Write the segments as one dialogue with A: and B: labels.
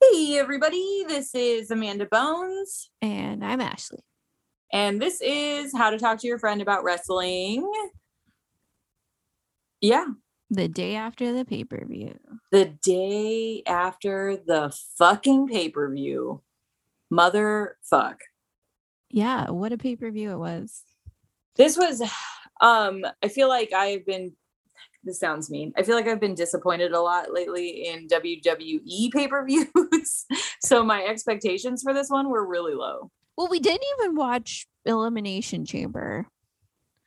A: Hey, everybody. This is Amanda Bones,
B: And I'm Ashley.
A: and this is How to Talk to Your Friend About Wrestling. Yeah,
B: The day after the pay per view.
A: the day after the fucking pay per view. Mother fuck.
B: Yeah, what a pay per view it was.
A: This was, um, I feel like I've been, this sounds mean. I feel like I've been disappointed a lot lately in WWE pay per views. so my expectations for this one were really low.
B: Well, we didn't even watch Elimination Chamber.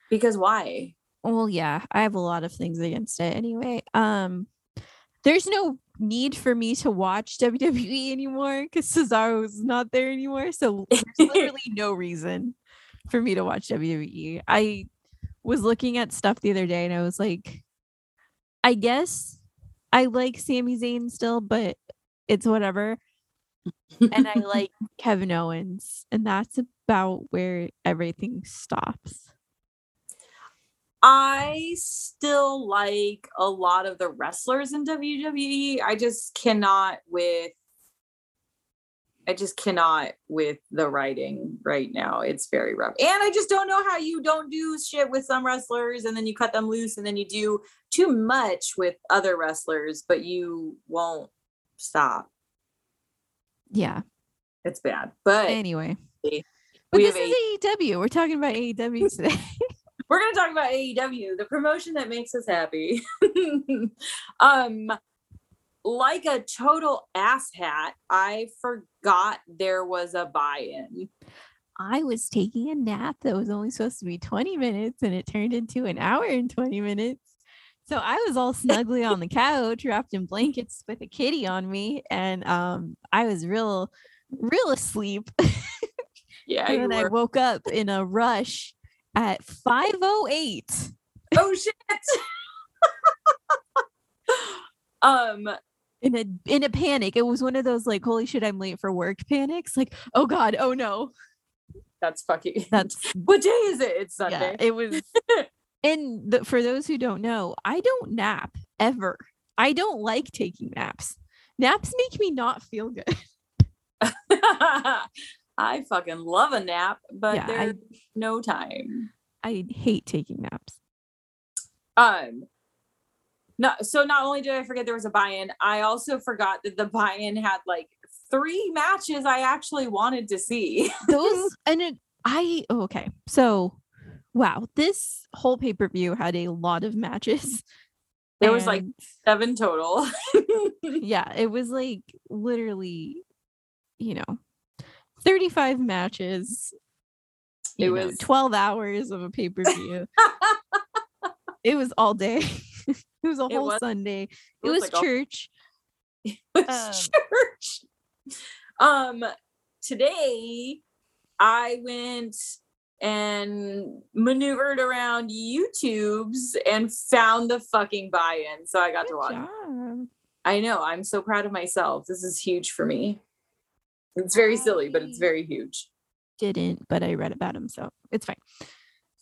A: Because why?
B: Well, yeah, I have a lot of things against it anyway. Um, there's no need for me to watch WWE anymore because Cesaro's not there anymore. So there's literally no reason for me to watch WWE. I was looking at stuff the other day and I was like, I guess I like Sami Zayn still, but it's whatever. And I like Kevin Owens, and that's about where everything stops.
A: I still like a lot of the wrestlers in WWE. I just cannot with I just cannot with the writing right now. It's very rough. And I just don't know how you don't do shit with some wrestlers and then you cut them loose and then you do too much with other wrestlers, but you won't stop.
B: Yeah.
A: It's bad. But
B: Anyway.
A: we-
B: But
A: we
B: this
A: have
B: is AEW. We're talking about AEW today.
A: we're going to talk about AEW, the promotion that makes us happy. um, like a total asshat, I forgot there was a buy-in.
B: I was taking a nap that was only supposed to be 20 minutes and it turned into an hour and 20 minutes. So I was all snugly on the couch, wrapped in blankets with a kitty on me. And um, I was real, real asleep.
A: Yeah,
B: and
A: you
B: then I
A: were-
B: woke up in a rush at 508.
A: oh shit. um,
B: In a in a panic. It was one of those like, holy shit, I'm late for work panics. Like, oh God, oh no.
A: that's fucking.
B: That's
A: what day is it? It's Sunday.
B: Yeah, it was. and the, for those who don't know, I don't nap ever. I don't like taking naps. Naps make me not feel good.
A: I fucking love a nap, but
B: Yeah, I-
A: there's no time.
B: I hate taking naps.
A: Um, no, so not only did I forget there was a buy-in, I also forgot that the buy-in had like three matches I actually wanted to see.
B: Those and it, I oh, okay. So, wow, this whole pay per view had a lot of matches.
A: There was, like,
B: and-
A: Seven total.
B: yeah, it was like literally, you know, thirty five matches.
A: It
B: you know,
A: was-
B: twelve hours of a pay per view. it was all day. it was a
A: It
B: whole
A: was-
B: Sunday. It,
A: was
B: was, uh,
A: like all-
B: church.
A: It's church. Um, today I went and maneuvered around YouTube's and found the fucking buy-in, so I got to
B: Good
A: watch. it.
B: job.
A: I know. I'm so proud of myself. This is huge for me. It's very silly, but it's
B: I-
A: very huge.
B: Didn't, but I read about him, so it's fine.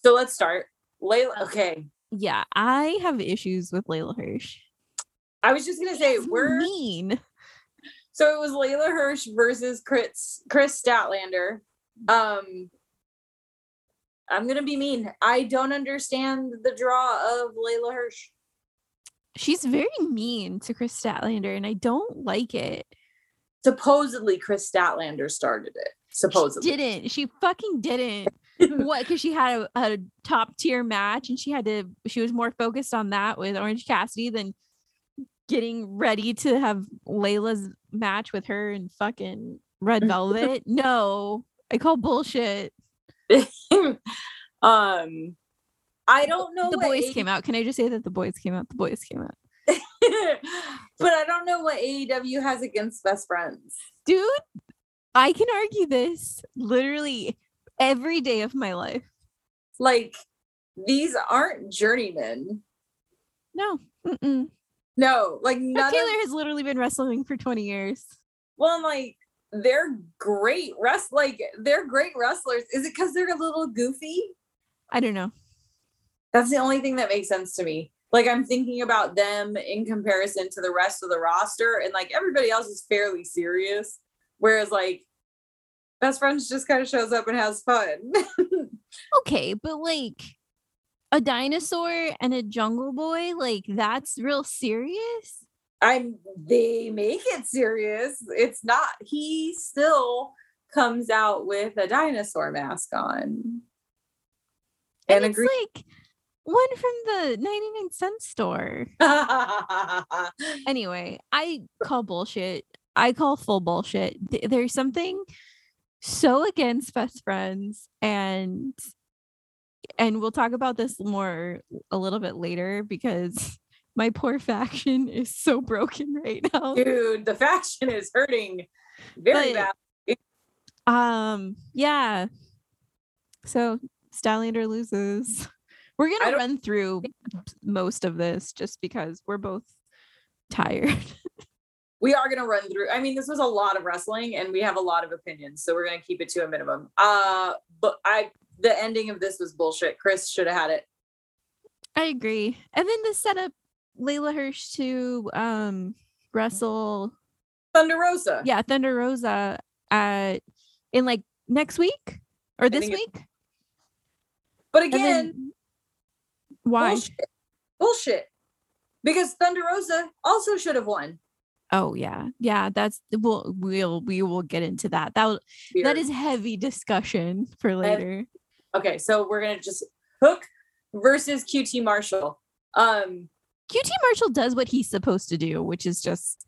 A: So let's start. Layla, okay.
B: Yeah, I have issues with Layla Hirsch.
A: I was just gonna say
B: She's
A: we're
B: mean.
A: so it was Layla Hirsch versus Chris Chris Statlander. Um I'm gonna be mean. I don't understand the draw of Layla Hirsch.
B: She's very mean to Chris Statlander, and I don't like it.
A: Supposedly Chris Statlander started it. Supposedly.
B: She didn't. She fucking didn't. what? Because she had a, a top tier match and she had to, she was more focused on that with Orange Cassidy than getting ready to have Layla's match with her and fucking Red Velvet. no, I call bullshit.
A: um I don't know
B: The
A: what
B: boys
A: AEW
B: came out. Can I just say that the boys came out? The boys came out.
A: but I don't know what AEW has against best friends.
B: Dude, I can argue this literally every day of my life.
A: Like these aren't journeymen.
B: No. Mm-mm.
A: No, like
B: Chuck
A: none of,
B: Taylor has literally been wrestling for 20 years.
A: well, and, like they're great rest like they're great wrestlers. Is it because they're a little goofy?
B: I don't know.
A: That's the only thing that makes sense to me. Like I'm thinking about them in comparison to the rest of the roster, and like everybody else is fairly serious, whereas like best friends just kind of shows up and has fun.
B: Okay, but like a dinosaur and a jungle boy, like that's real serious.
A: I'm they make it serious. It's not he still comes out with a dinosaur mask on.
B: And,
A: And
B: it's
A: agree-
B: like one from the 99 cent store. Anyway, I call bullshit. I call full bullshit. Th- There's something so against best friends and and we'll talk about this more a little bit later because my poor faction is so broken right now.
A: Dude, the faction is hurting very
B: But-
A: bad.
B: Um, yeah. So Stylander loses. We're
A: I
B: gonna
A: don't-
B: run through most of this just because we're both tired.
A: We are gonna run through. I mean, this was a lot of wrestling and we have a lot of opinions, so we're gonna keep it to a minimum. Uh but I the ending of this was bullshit. Chris should have had it.
B: I agree. And then the setup Layla Hirsch to um wrestle
A: Thunder Rosa.
B: yeah, Thunder Rosa at in like next week or this
A: think
B: week.
A: But
B: And
A: again,
B: then- why?
A: Bullshit. Bullshit. Because Thunder Rosa also should have won.
B: Oh yeah. Yeah, that's we'll we'll we will get into that. That
A: Weird.
B: that is heavy discussion for later.
A: okay. So we're gonna just Hook versus QT Marshall. Um,
B: QT Marshall does what he's supposed to do, which is just,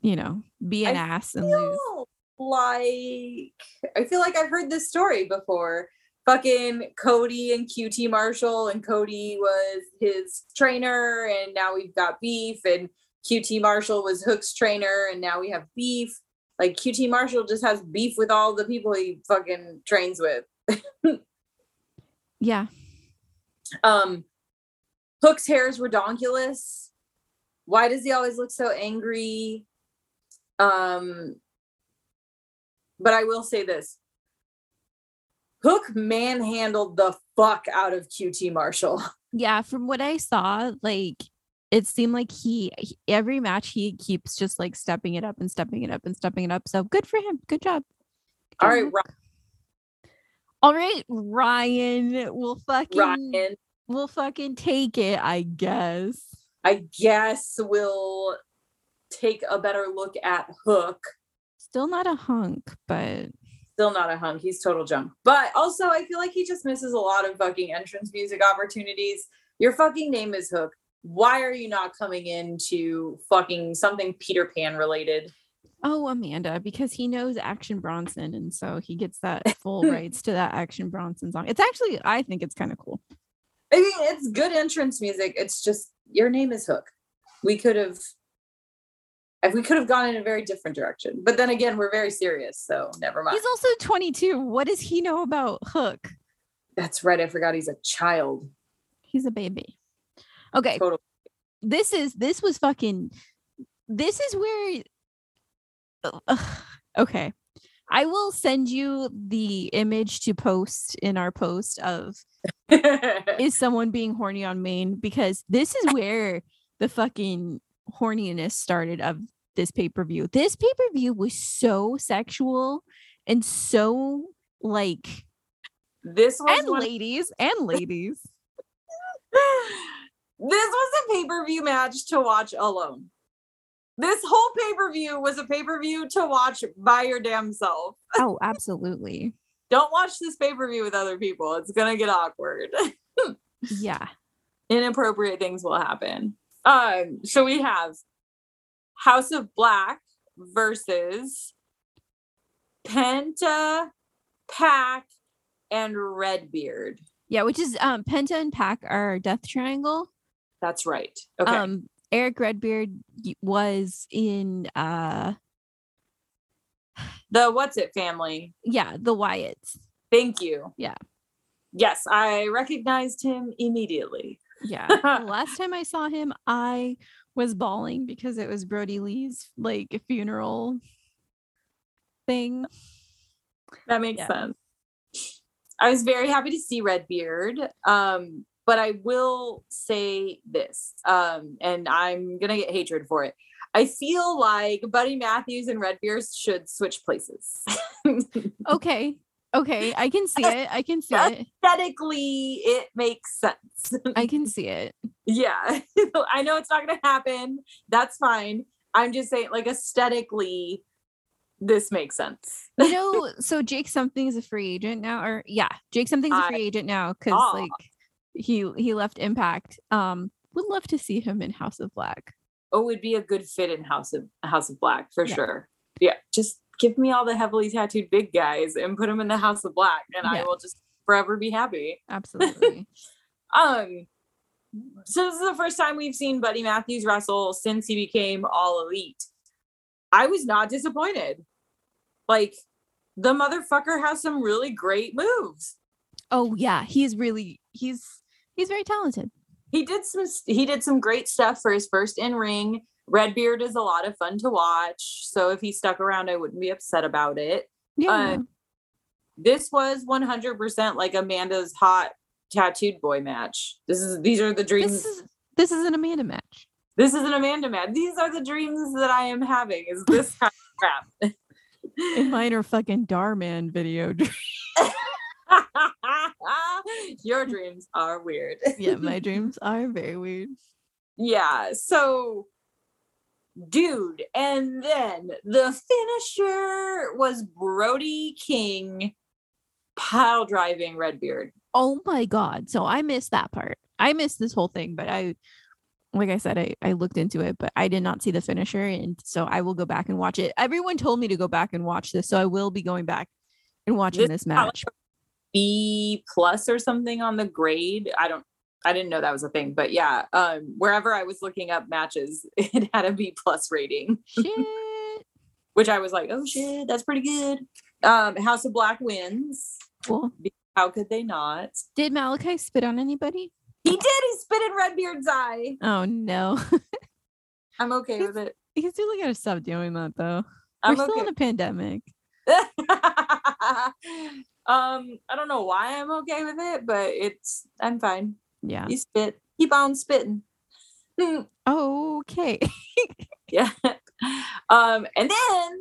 B: you know, be an
A: I
B: ass and lose.
A: feel like I feel like I've heard this story before. Fucking Cody and QT Marshall, and Cody was his trainer, and now we've got beef. And QT Marshall was Hook's trainer, and now we have beef. Like QT Marshall just has beef with all the people he fucking trains with.
B: Yeah.
A: Um, Hook's hairs were redonkulous. Why does he always look so angry? Um, but I will say this: Hook manhandled the fuck out of QT Marshall.
B: Yeah. From what I saw, like it seemed like he, he- every match he keeps just like stepping it up and stepping it up and stepping it up. So good for him. Good job. Good
A: All
B: job,
A: right,
B: Hook. All right, Ryan. We'll fucking
A: Ryan,
B: we'll fucking take it, I guess.
A: I guess we'll take a better look at Hook.
B: Still not a hunk, but
A: Still not a hunk. He's total junk. But also, I feel like he just misses a lot of fucking entrance music opportunities. Your fucking name is Hook. Why are you not coming into fucking something Peter Pan related?
B: Oh, Amanda, because he knows Action Bronson, and so he gets that full rights to that Action Bronson song. It's actually, I think it's kind of cool.
A: I mean, it's good entrance music. It's just your name is Hook. We could have, if we could have gone in a very different direction. But then again, we're very serious, so never mind.
B: He's also 22. What does he know about Hook?
A: That's right. I forgot he's a child.
B: He's a baby. Okay,
A: Total.
B: this is this was fucking. This is where. Ugh, okay, I will send you the image to post in our post of is someone being horny on Maine because this is where the fucking horniness started of this pay per view. This pay per view was so sexual and so like
A: this was
B: and
A: one-
B: ladies and ladies.
A: this was a pay per view match to watch alone. This whole pay per view was a pay per view to watch by your damn self.
B: oh, absolutely.
A: Don't watch this pay per view with other people. It's going to get awkward.
B: Yeah.
A: Inappropriate things will happen. Um, so we have House of Black versus Penta, Pack, and Redbeard.
B: Yeah, which is um Penta and Pack are Death Triangle.
A: That's right. Okay.
B: Um Eric Redbeard y- was in uh
A: The What's It family.
B: yeah, the Wyatts.
A: Thank you.
B: Yeah.
A: Yes, I recognized him immediately.
B: Yeah. The last time I saw him, I was bawling because it was Brody Lee's like funeral thing.
A: That makes
B: Yeah.
A: sense. I was very happy to see Redbeard. Um, but I will say this, um, and I'm gonna get hatred for it. I feel like Buddy Matthews and Redbeard should switch places.
B: Okay. Okay. I can see it. I can see
A: Yeah.
B: it.
A: Aesthetically, it makes sense.
B: I can see it.
A: yeah, I know it's not gonna happen. That's fine. I'm just saying, like aesthetically, this makes sense.
B: You know, so Jake something is a free agent now, or yeah, Jake something's a
A: I
B: free agent now because
A: saw.
B: like he he left Impact. Um, would love to see him in House of Black.
A: oh, would be a good fit in House of House of Black for
B: Yeah.
A: sure. Yeah, just give me all the heavily tattooed big guys and put them in the House of Black, and
B: Yeah.
A: I will just forever be happy.
B: Absolutely.
A: Um, so this is the first time we've seen Buddy Matthews wrestle since he became All Elite. I was not disappointed. Like the motherfucker has some really great moves.
B: oh yeah, he's really he's he's very talented.
A: he did some he did some great stuff for his first in ring. Redbeard is a lot of fun to watch, so if he stuck around, I wouldn't be upset about it. Uh, Um,
B: Yeah.
A: This was 100% like Amanda's hot tattooed boy match. This is these are the dreams.
B: this is this is an Amanda match.
A: This is an Amanda match. These are the dreams that I am having. Is this kind of crap?
B: In mine are fucking Darman video. dr-
A: Your dreams are weird.
B: yeah, my dreams are very weird.
A: Yeah. So, dude, and then the finisher was Brody King pile driving Redbeard.
B: Oh my god. So I missed that part. I missed this whole thing, but I like I said, I, I looked into it, but I did not see the finisher. And so I will go back and watch it. Everyone told me to go back and watch this. So I will be going back and watching
A: This
B: this,
A: is how
B: match.
A: B plus or something on the grade. I don't. I didn't know that was a thing, but yeah, um, wherever I was looking up matches, it had a B plus rating,
B: Shit.
A: which I was like, oh shit, that's pretty good. Um, House of Black wins.
B: Cool.
A: How could they not?
B: Did Malachi spit on anybody?
A: He did. He spit in Redbeard's eye.
B: Oh no.
A: I'm okay with it.
B: He's really gotta stop doing that though.
A: I'm
B: We're
A: okay.
B: still in a pandemic.
A: um, I don't know why I'm okay with it, but it's I'm fine.
B: Yeah.
A: You spit. Keep on spitting. Hmm,
B: Okay.
A: yeah. Um, and then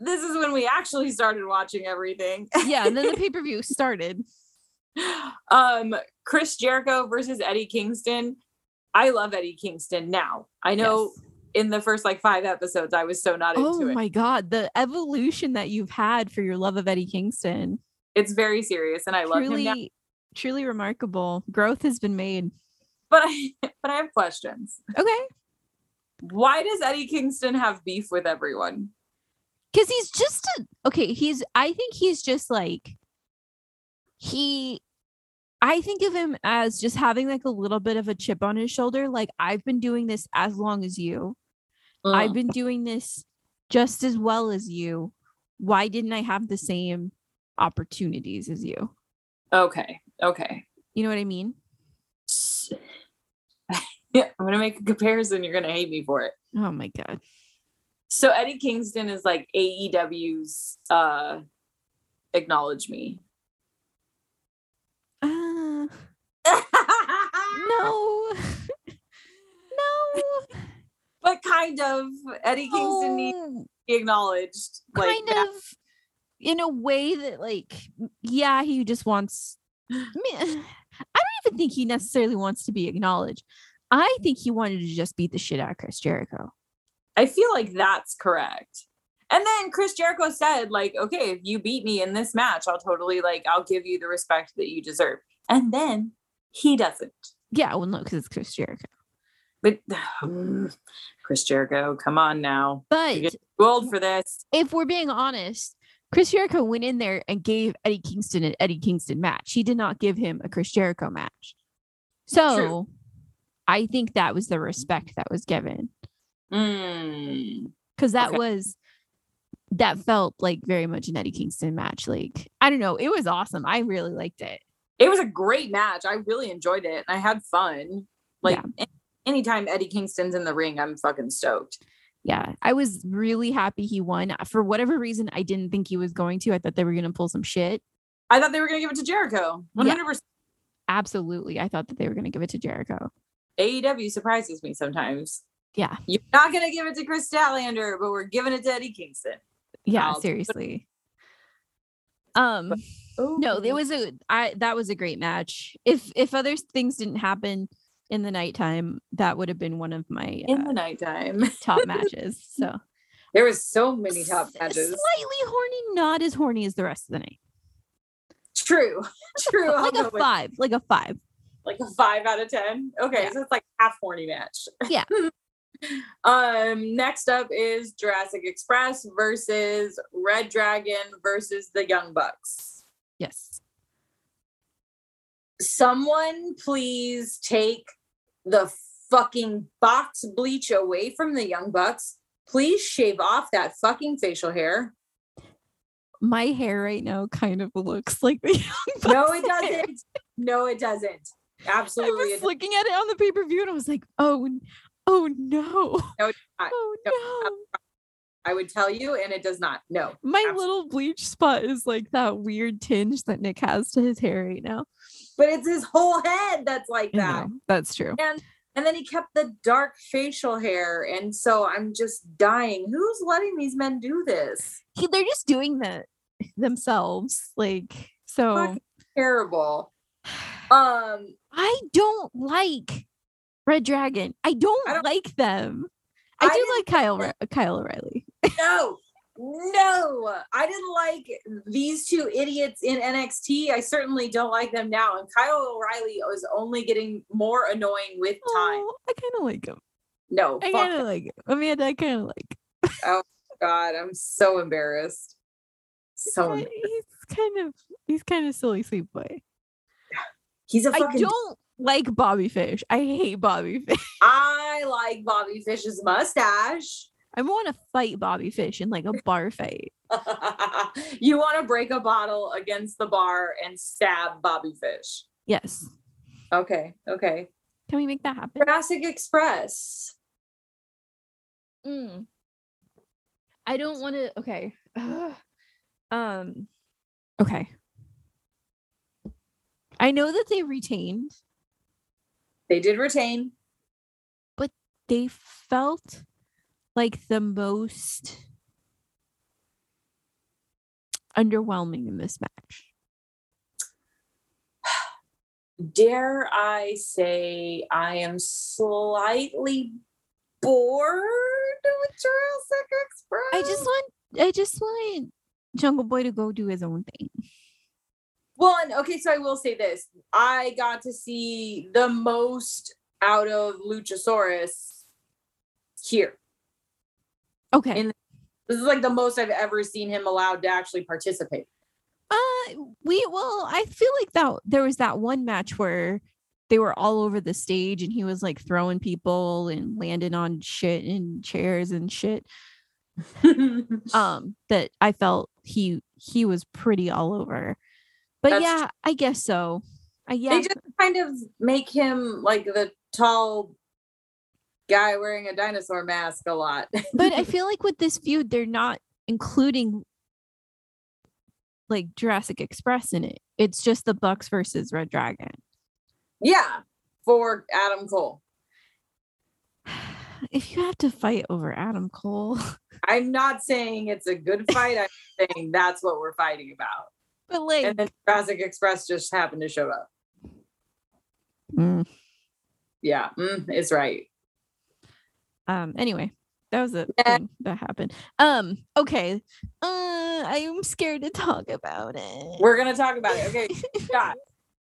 A: this is when we actually started watching everything.
B: yeah. And then the pay-per-view started.
A: um, Chris Jericho versus Eddie Kingston. I love Eddie Kingston now. I know
B: Yes.
A: in the first like five episodes, I was so not
B: Oh
A: into it.
B: my god, the evolution that you've had for your love of Eddie Kingston.
A: It's very serious, and I love him
B: truly
A: now.
B: truly remarkable. Growth has been made.
A: But I, but I have questions.
B: Okay.
A: Why does Eddie Kingston have beef with everyone?
B: Cause he's just a, okay, he's I think he's just like he I think of him as just having like a little bit of a chip on his shoulder. Like I've been doing this as long as you.
A: Uh-huh.
B: I've been doing this just as well as you. Why didn't I have the same opportunities as you?
A: okay. Okay.
B: You know what I mean?
A: Yeah, I'm gonna make a comparison. You're gonna hate me for it.
B: Oh my god.
A: So Eddie Kingston is like AEW's uh acknowledge me. Uh,
B: Ah. no no
A: But kind of Eddie Kingston needs
B: No.
A: to be acknowledged. Like
B: Oh. kind
A: that-
B: of in a way that like m- yeah he just wants I mean, i don't even think he necessarily wants to be acknowledged i think he wanted to just beat the shit out of chris jericho
A: I feel like that's correct. And then Chris Jericho said, like, okay, if you beat me in this match, I'll totally like I'll give you the respect that you deserve. And then he doesn't.
B: yeah well no because it's chris jericho
A: But mm, Chris Jericho, come on now.
B: but
A: get- Too old for this.
B: if we're being honest chris jericho went in there and gave eddie kingston an eddie kingston match he did not give him a chris jericho match so I think that was the respect that was given
A: Mm.
B: because that
A: Okay.
B: was that felt like very much an Eddie Kingston match. Like I don't know, it was awesome. I really liked it.
A: It was a great match. I really enjoyed it and I had fun. Like a- anytime Eddie Kingston's in the ring, I'm fucking stoked.
B: Yeah, I was really happy he won. For whatever reason, I didn't think he was going to. I thought they were going to pull some shit.
A: I thought they were gonna give it to Jericho.
B: Yeah.
A: 100%.
B: Absolutely, I thought that they were going to give it to Jericho.
A: AEW E surprises me sometimes.
B: Yeah.
A: You're not gonna give it to Chris Statlander, but we're giving it to Eddie Kingston.
B: Yeah,
A: Wild.
B: seriously. Um,
A: Oh
B: no, it was a I that was a great match. If if other things didn't happen in the nighttime, that would have been one of my
A: in
B: uh,
A: the nighttime.
B: top matches. So
A: There was so many top
B: S-
A: matches.
B: Slightly horny, not as horny as the rest of the night.
A: True. True. I'll
B: like
A: go
B: a
A: with
B: five, like a five.
A: like a five out of ten. Okay,
B: Yeah.
A: so it's like half horny match.
B: Yeah.
A: um. Next up is Jurassic Express versus Red Dragon versus the Young Bucks.
B: Yes.
A: Someone please take the fucking box bleach away from the Young Bucks. Please shave off that fucking facial hair.
B: My hair right now kind of looks like the Young Bucks
A: No, it
B: hair.
A: doesn't. No, it doesn't.
B: I
A: Absolutely, it
B: was
A: does
B: looking at it on the pay per view and I was like, oh, n- oh no,
A: No, it's not.
B: oh
A: No,
B: no.
A: I would tell you, and it does not. No,
B: My
A: absolutely.
B: little bleach spot is like that weird tinge that Nick has to his hair right now.
A: but it's his whole head that's like
B: I
A: that.
B: know, that's true.
A: And then he kept the dark facial hair. And so I'm just dying. Who's letting these men do this?
B: He, they're just doing that themselves. Like, so
A: Fucking Terrible. Um,
B: I don't like Red Dragon. I don't,
A: don't-
B: like them. I,
A: I
B: do
A: didn't
B: like Kyle Re- Kyle O'Reilly.
A: no, no, I didn't like these two idiots in NXT. I certainly don't like them now. And Kyle O'Reilly is only getting more annoying with time.
B: Oh, I kind of like him.
A: No,
B: I
A: fuck
B: kind of like him. Amanda. I kind of like.
A: God, I'm so embarrassed. So
B: him.
A: embarrassed.
B: He's kind of he's kind of silly sweet boy.
A: he's a
B: I
A: fucking
B: don't like Bobby Fish. I hate Bobby Fish.
A: I like Bobby Fish's mustache.
B: I want to fight Bobby Fish in like a bar fight.
A: you want to break a bottle against the bar and stab Bobby Fish.
B: Yes.
A: Okay, okay.
B: Can we make that happen?
A: Jurassic Express.
B: Mm. I don't want to. Okay. Ugh. Um. Okay. I know that they retained.
A: They did retain.
B: They felt like the most underwhelming in this match.
A: Dare I say I am slightly bored with Jurassic Express?
B: I just want. I just want Jungle Boy to go do his own thing.
A: Well, and okay, so I will say this. I got to see the most out of Luchasaurus here.
B: Okay.
A: And- This is like the most I've ever seen him allowed to actually participate.
B: Uh, we well, I feel like that there was that one match where they were all over the stage and he was like throwing people and landing on shit and chairs and shit. Um, that I felt he he was pretty all over. But
A: That's
B: yeah, I guess so. I yeah,
A: They just kind of make him like the tall guy wearing a dinosaur mask a lot.
B: but I feel like with this feud, they're not including like Jurassic Express in it. It's just the Bucks versus Red Dragon.
A: yeah, for Adam Cole.
B: If you have to fight over Adam Cole.
A: I'm not saying it's a good fight. I'm saying that's what we're fighting about.
B: But like
A: And then Jurassic Express just happened to show up.
B: mm.
A: Yeah, mm, it's right.
B: um anyway that was a
A: Yeah.
B: thing that happened um okay uh i'm scared to talk about it
A: We're gonna talk about it. Okay, Scott.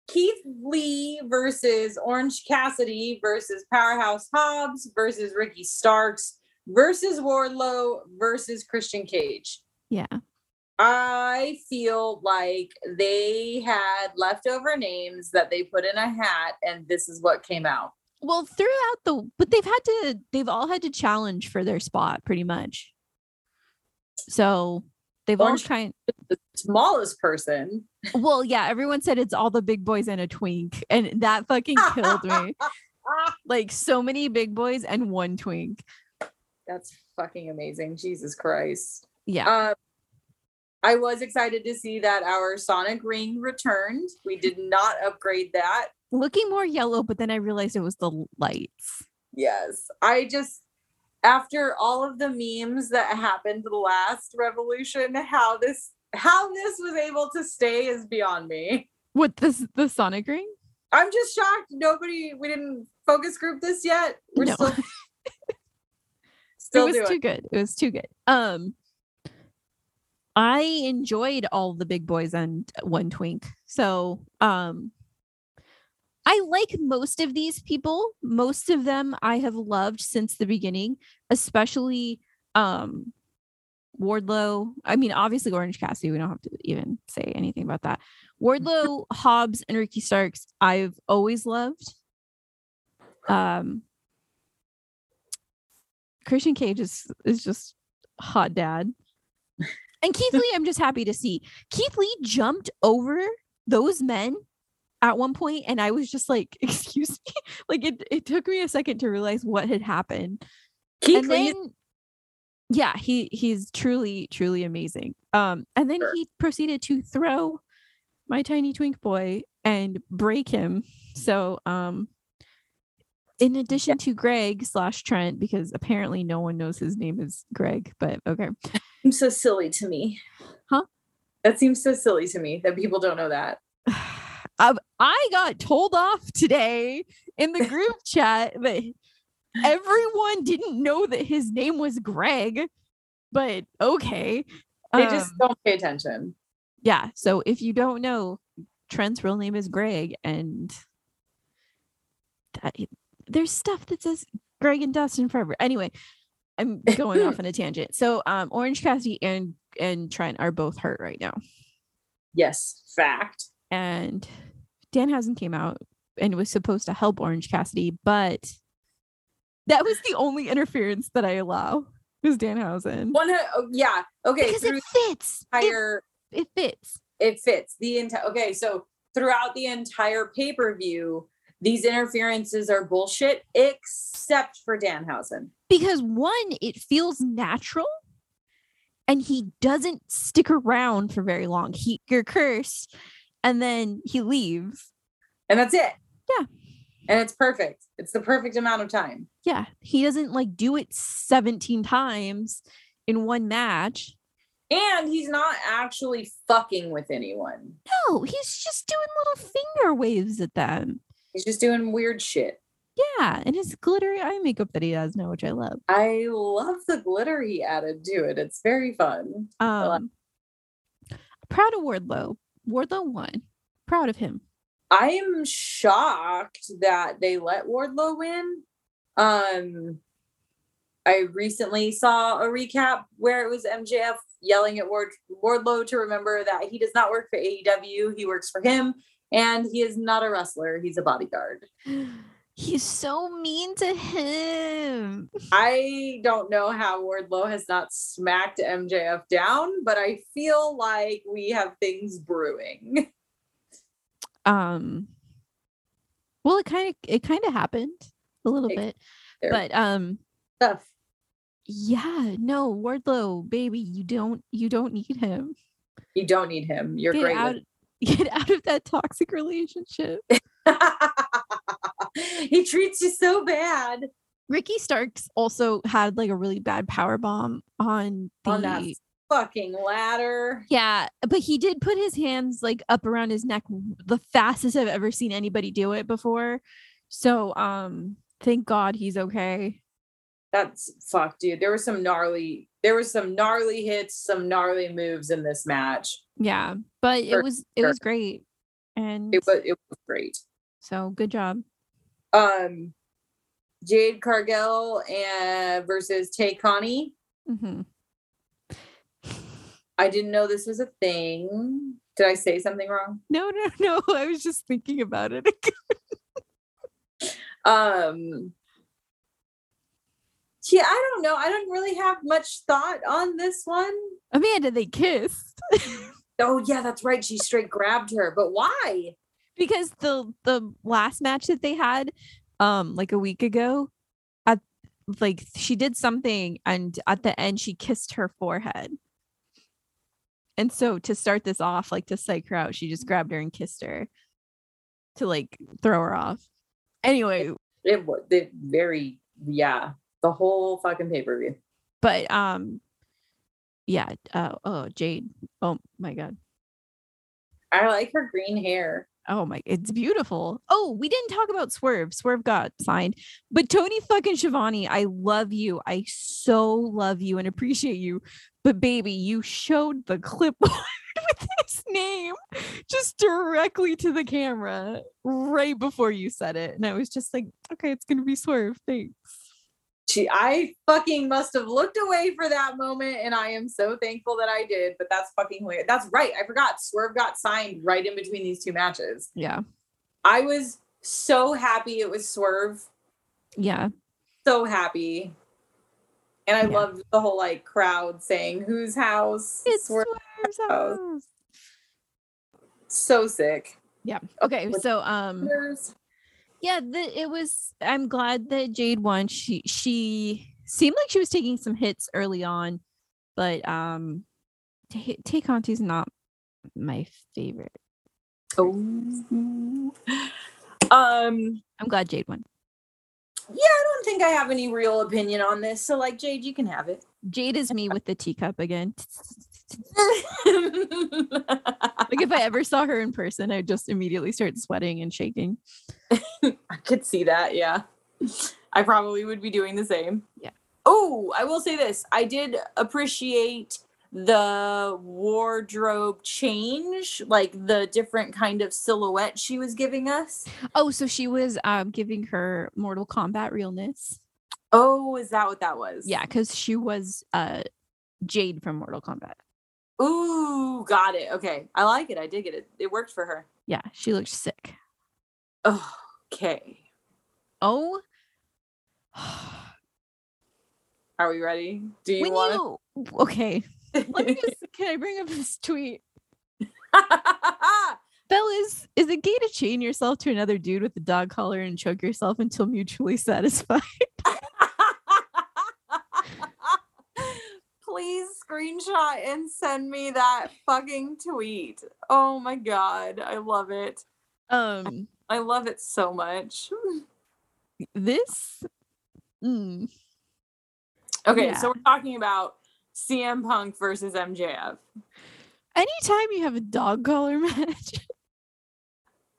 A: Keith Lee versus Orange Cassidy versus Powerhouse Hobbs versus Ricky Starks versus Wardlow versus Christian Cage.
B: yeah
A: I feel like they had leftover names that they put in a hat, and this is what came out.
B: well throughout the but they've had to they've all had to challenge for their spot pretty much. So they've
A: Orange-
B: all kind
A: The smallest person.
B: well, yeah, everyone said it's all the big boys and a twink. And that fucking killed me. Like so many big boys and one twink.
A: That's fucking amazing. Jesus Christ.
B: Yeah.
A: Um, I was excited to see that our Sonic ring returned. We did not upgrade that.
B: Looking more yellow, but then I realized it was the l- lights.
A: Yes. I just, after all of the memes that happened last revolution, how this how this was able to stay is beyond me.
B: What this the sonic ring?
A: I'm just shocked. Nobody, we didn't focus group this yet. We're
B: No.
A: still
B: it
A: still
B: was
A: doing.
B: too good. It was too good. Um I enjoyed all the big boys and one twink. So um I like most of these people. Most of them I have loved since the beginning, especially um Wardlow. I mean, obviously Orange Cassidy, we don't have to even say anything about that. Wardlow, Hobbs, and Ricky Starks, I've always loved. Um Christian Cage is is just hot dad. And Keith Lee, I'm just happy to see. Keith Lee jumped over those men at one point, and I was just like, excuse me. Like it it took me a second to realize what had happened.
A: Keith
B: and
A: Lee
B: then yeah, he he's truly, truly amazing. Um, and then
A: Sure.
B: he proceeded to throw my tiny twink boy and break him. So um in addition to Greg slash Trent, because apparently no one knows his name is Greg, but okay.
A: seems so silly to me.
B: Huh?
A: That seems so silly to me that people don't know that.
B: Um, I got told off today in the group chat that everyone didn't know that his name was Greg, but okay.
A: They just
B: Um,
A: don't pay attention.
B: yeah. So if you don't know, Trent's real name is Greg, and that, there's stuff that says Greg and Dustin forever. Anyway, I'm going off on a tangent. So um, Orange Cassidy and and Trent are both hurt right now,
A: Yes, fact.
B: and Danhausen came out and was supposed to help Orange Cassidy, but that was the only interference that I allow was Danhausen
A: One, hu- oh, yeah. Okay,
B: because
A: through
B: it fits.
A: the
B: It,
A: entire
B: it fits.
A: it fits the entire. Okay, so throughout the entire pay per view, these interferences are bullshit, except for Danhausen.
B: because one it feels natural and he doesn't stick around for very long he you're cursed and then he leaves
A: and that's it.
B: Yeah.
A: And it's perfect. It's the perfect amount of time.
B: yeah he doesn't like do it 17 times in one match
A: And he's not actually fucking with anyone.
B: no he's just doing little finger waves at them
A: He's just doing weird shit.
B: yeah and his glittery eye makeup that he has now which i love
A: I love the glitter he added to it. It's very fun. love-
B: um proud of wardlow wardlow won proud of him
A: I am shocked that they let Wardlow win. Um I recently saw a recap where it was MJF yelling at Ward- Wardlow to remember that he does not work for AEW. He works for him and he is not a wrestler. He's a bodyguard.
B: he's so mean to him
A: I don't know how Wardlow has not smacked MJF down, but I feel like we have things brewing.
B: um well it kind of it kind of happened a little
A: Ex-
B: bit
A: there.
B: but um
A: Stuff.
B: yeah no wardlow baby you don't you don't need him
A: You don't need him. You're
B: get
A: great.
B: out get out of that toxic relationship
A: with- he treats you so bad.
B: ricky starks also had like a really bad power bomb on the
A: On that fucking ladder.
B: yeah but he did put his hands like up around his neck w- the fastest i've ever seen anybody do it before so um thank god he's okay
A: That's fuck, dude. There were some gnarly, there were some gnarly hits, some gnarly moves in this match.
B: Yeah, but it
A: For
B: was it
A: sure.
B: was great, and
A: It was it was great.
B: so good job.
A: Um Jade Cargill and versus Tay Connie.
B: hmm
A: I didn't know this was a thing. Did I say something wrong?
B: No, no, no. I was just thinking about it.
A: Um yeah, I don't know. I don't really have much thought on this one.
B: Amanda, they kissed
A: Oh yeah, that's right. She straight grabbed her, but why?
B: because the the last match that they had, um, like a week ago, at like she did something, and at the end she kissed her forehead. And so to start this off, like to psych her out, she just grabbed her and kissed her to like throw her off. Anyway,
A: It was very yeah, the whole fucking pay per view.
B: but um yeah uh, oh jade oh my god
A: I like her green hair.
B: oh my it's beautiful oh we didn't talk about swerve swerve got signed but tony fucking Schiavone, i love you i so love you and appreciate you but baby you showed the clipboard with his name just directly to the camera right before you said it and i was just like okay it's gonna be swerve thanks
A: She, I fucking must have looked away for that moment, and I am so thankful that I did. But that's fucking weird. That's right. I forgot. Swerve got signed right in between these two matches.
B: yeah
A: I was so happy it was Swerve.
B: yeah
A: So happy. And I
B: Yeah.
A: loved the whole like crowd saying whose house.
B: it's
A: Swerve.
B: swerve's
A: house.
B: house
A: So sick.
B: yeah okay
A: With-
B: so um
A: There's-
B: yeah the, it was i'm glad that jade won she she seemed like she was taking some hits early on but um Ta- tay conti's not my favorite
A: Oh. Um.
B: i'm glad jade won
A: Yeah, I don't think I have any real opinion on this. So, like, Jade, you can have it.
B: jade is me with the teacup again like if i ever saw her in person i'd just immediately start sweating and shaking
A: I could see that. Yeah. I probably would be doing the same.
B: Yeah.
A: Oh, I will say this. I did appreciate the wardrobe change, like the different kind of silhouette she was giving us.
B: oh so she was um giving her mortal kombat realness
A: Oh, is that what that was?
B: yeah because she was uh jade from mortal kombat
A: Ooh, got it. Okay. I like it. I dig it. It, it worked for her.
B: yeah she looked sick
A: Okay.
B: oh
A: Are we ready? Do you
B: when
A: want
B: you okay let me
A: to?
B: just can i bring up this tweet fellas is it gay to chain yourself to another dude with a dog collar and choke yourself until mutually satisfied
A: Please screenshot and send me that fucking tweet. Oh my god, I love it.
B: um
A: I love it so much.
B: this mm,
A: Okay,
B: Yeah.
A: so we're talking about CM Punk versus MJF.
B: anytime you have a dog collar match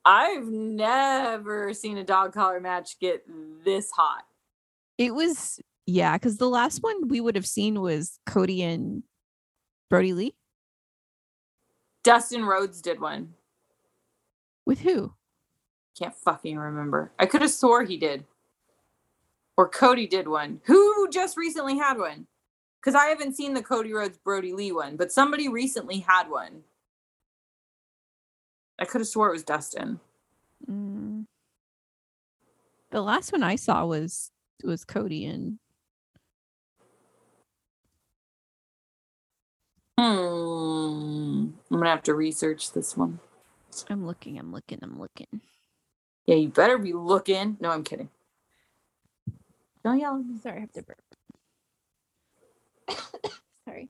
A: I've never seen a dog collar match get this hot.
B: it was yeah because the last one we would have seen was cody and brody lee
A: Dustin Rhodes did one.
B: with who
A: Can't fucking remember. I could have swore he did. Or Cody did one. Who just recently had one? Because I haven't seen the Cody Rhodes Brody Lee one, but somebody recently had one. I could have swore it was Dustin.
B: Mm. the last one i saw was was cody and
A: Hmm. I'm gonna have to research this one.
B: i'm looking i'm looking i'm looking
A: Yeah, you better be looking. No, I'm kidding. Don't yell. at me.
B: Sorry, I have to burp. Sorry.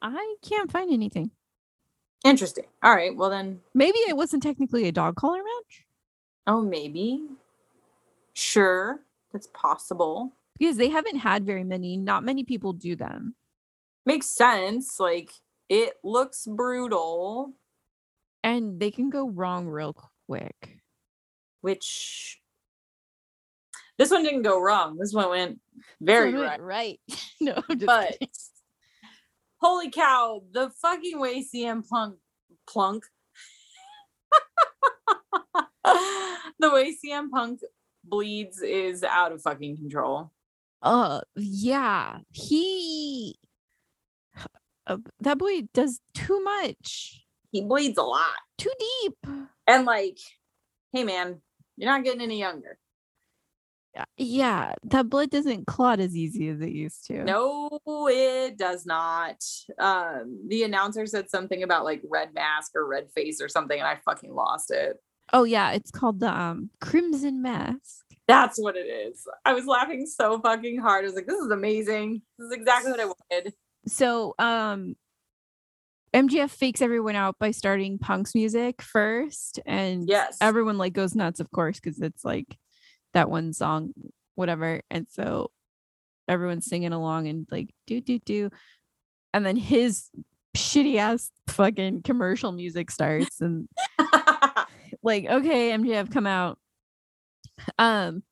B: I can't find anything.
A: Interesting. All right. Well then.
B: Maybe it wasn't technically a dog collar match
A: Oh, maybe. Sure, that's possible.
B: because they haven't had very many. Not many people do them.
A: makes sense. Like it looks brutal,
B: And they can go wrong real quick.
A: which this one didn't go wrong. This one went very right.
B: Right. no, I'm just
A: But
B: kidding.
A: holy cow, the fucking way CM Punk plunk. the way CM Punk bleeds is out of fucking control.
B: uh yeah. He uh, that boy does too much.
A: He bleeds a lot.
B: Too deep. Uh,
A: And like, hey man, You're not getting any younger.
B: Yeah, yeah, that blood doesn't clot as easy as it used to.
A: No, it does not. Um, the announcer said something about like red mask or red face or something, and I fucking lost it.
B: Oh yeah, it's called the um Crimson Mask.
A: That's what it is. I was laughing so fucking hard. I was like, this is amazing. This is exactly what I wanted.
B: So um MGF fakes everyone out by starting punk's music first and
A: Yes.
B: everyone like goes nuts of course because it's like that one song whatever and so everyone's singing along and like do do do and then his shitty ass fucking commercial music starts and like okay MGF come out um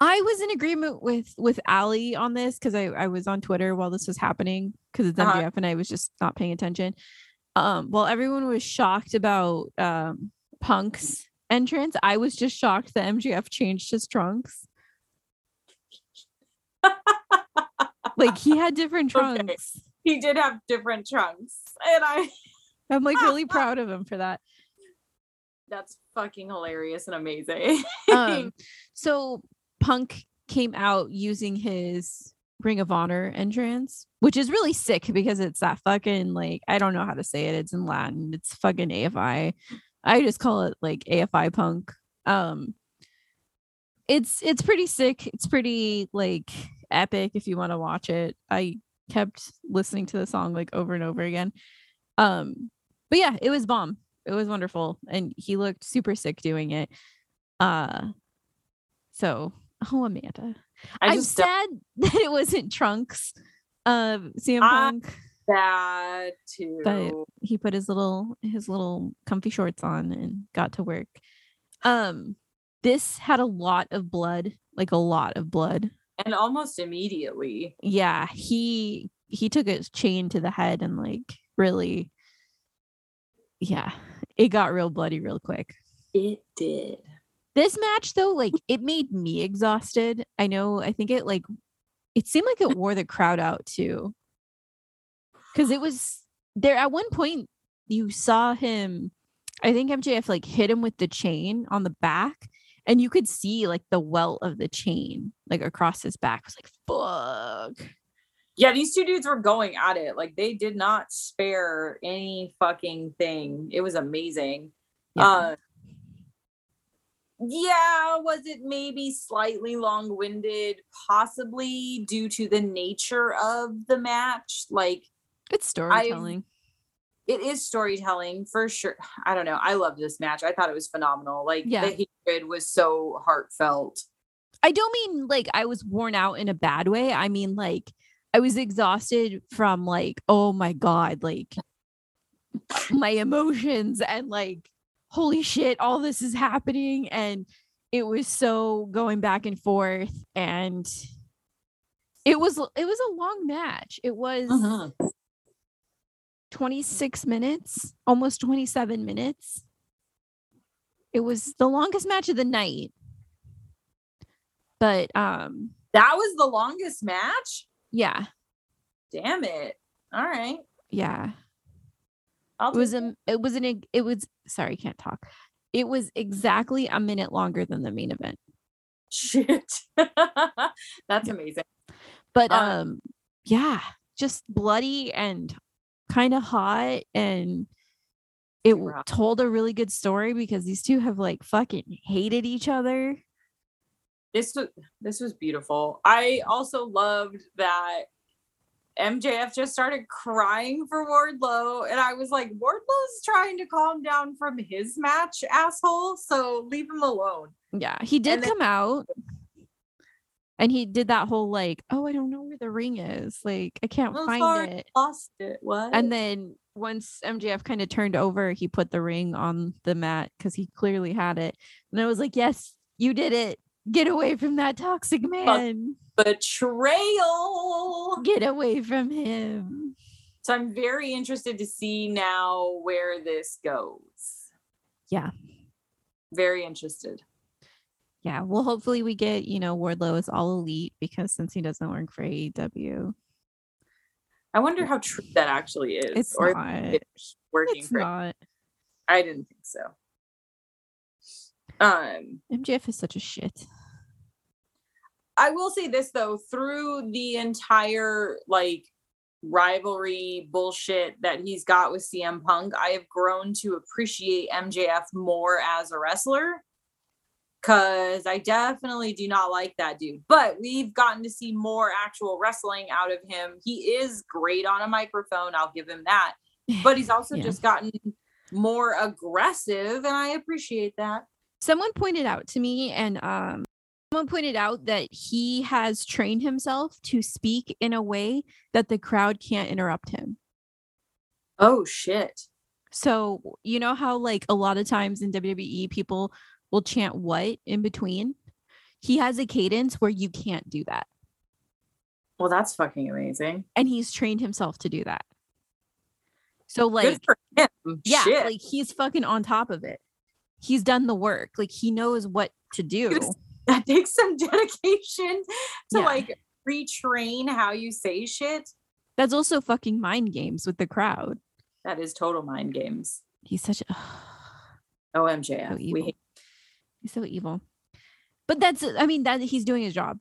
B: I was in agreement with with Ali on this because I I was on Twitter while this was happening because it's
A: Uh-huh.
B: MGF and I was just not paying attention um while everyone was shocked about um punk's entrance i was just shocked that mgf changed his trunks like he had different
A: Okay.
B: trunks
A: he did have different trunks. And I
B: i'm like really proud of him for that
A: that's fucking hilarious and amazing.
B: um so punk came out using his ring of honor entrance which is really sick because it's that fucking like i don't know how to say it it's in latin it's fucking afi i just call it like afi punk um it's it's pretty sick it's pretty like epic if you want to watch it i kept listening to the song like over and over again um but yeah it was bomb it was wonderful and he looked super sick doing it uh so oh Amanda.
A: I
B: I'm
A: just don't
B: sad that it wasn't Trunks of CM
A: I-
B: Punk.
A: that too.
B: He put his little his little comfy shorts on and got to work. Um this had a lot of blood, like a lot of blood.
A: And almost immediately.
B: Yeah, he he took his chain to the head and like really yeah, it got real bloody real quick.
A: It did.
B: this match though like it made me exhausted i know i think it like it seemed like it wore the crowd out too because it was there at one point you saw him i think mjf like hit him with the chain on the back and you could see like the welt of the chain like across his back I was like fuck
A: Yeah, these two dudes were going at it. Like they did not spare any fucking thing. It was amazing.
B: Yeah.
A: Uh, yeah, was it maybe slightly long winded, possibly due to the nature of the match? Like
B: it's storytelling
A: it is storytelling for sure. I don't know. I love this match. I thought it was phenomenal. Like
B: Yeah.
A: the hatred was so heartfelt.
B: I don't mean like I was worn out in a bad way. I mean like I was exhausted from like, oh my God, like my emotions and like, holy shit, all this is happening. And it was so going back and forth. And it was it was a long match. It was
A: Mm-hmm.
B: 26 minutes, almost 27 minutes. It was the longest match of the night. But um
A: That was the longest match.
B: yeah,
A: Damn it. All right.
B: yeah.
A: I'll
B: It was
A: take
B: a, it was an ex- it was sorry, can't talk. It was exactly a minute longer than the main event.
A: Shit. That's amazing.
B: But
A: Uh,
B: um yeah, just bloody and kind of hot and it w-
A: Right.
B: told a really good story because these two have like fucking hated each other.
A: This was this was beautiful. I also loved that MJF just started crying for Wardlow, and I was like, Wardlow's trying to calm down from his match, asshole. So leave him alone.
B: Yeah, he did
A: then-
B: come out and he did that whole like, oh, I don't know where the ring is. Like, I can't
A: Oh,
B: find
A: sorry.
B: it.
A: Lost it. What?
B: And then once MJF kind of turned over, he put the ring on the mat because he clearly had it. And I was like, yes, you did it. Get away from that toxic man.
A: betrayal.
B: Get away from him.
A: So I'm very interested to see now where this goes.
B: Yeah.
A: Very interested.
B: Yeah. Well, hopefully we get, you know, Wardlow is all elite because since he doesn't work for E AEW,
A: I wonder how true that actually is.
B: it's
A: or
B: not.
A: if it's working
B: It's
A: for
B: not.
A: I didn't think so. Um,
B: MJF is such a shit.
A: I will say this though, through the entire like rivalry bullshit that he's got with CM Punk, I have grown to appreciate MJF more as a wrestler. Cause I definitely do not like that dude. But we've gotten to see more actual wrestling out of him. He is great on a microphone. I'll give him that. But he's also
B: Yeah.
A: just gotten more aggressive, and I appreciate that.
B: someone pointed out to me and um someone pointed out that he has trained himself to speak in a way that the crowd can't interrupt him
A: Oh shit.
B: so you know how like a lot of times in wwe people will chant what in between he has a cadence where you can't do that
A: Well, that's fucking amazing.
B: and he's trained himself to do that so
A: Good
B: like
A: for him.
B: yeah
A: Shit.
B: like he's fucking on top of it he's done the work like he knows what to do
A: just that takes some dedication to
B: Yeah.
A: like retrain how you say shit.
B: that's also fucking mind games with the crowd
A: That is total mind games.
B: he's such a
A: Oh, MJF.
B: So
A: we
B: evil.
A: hate-
B: he's so evil but that's i mean that he's doing his job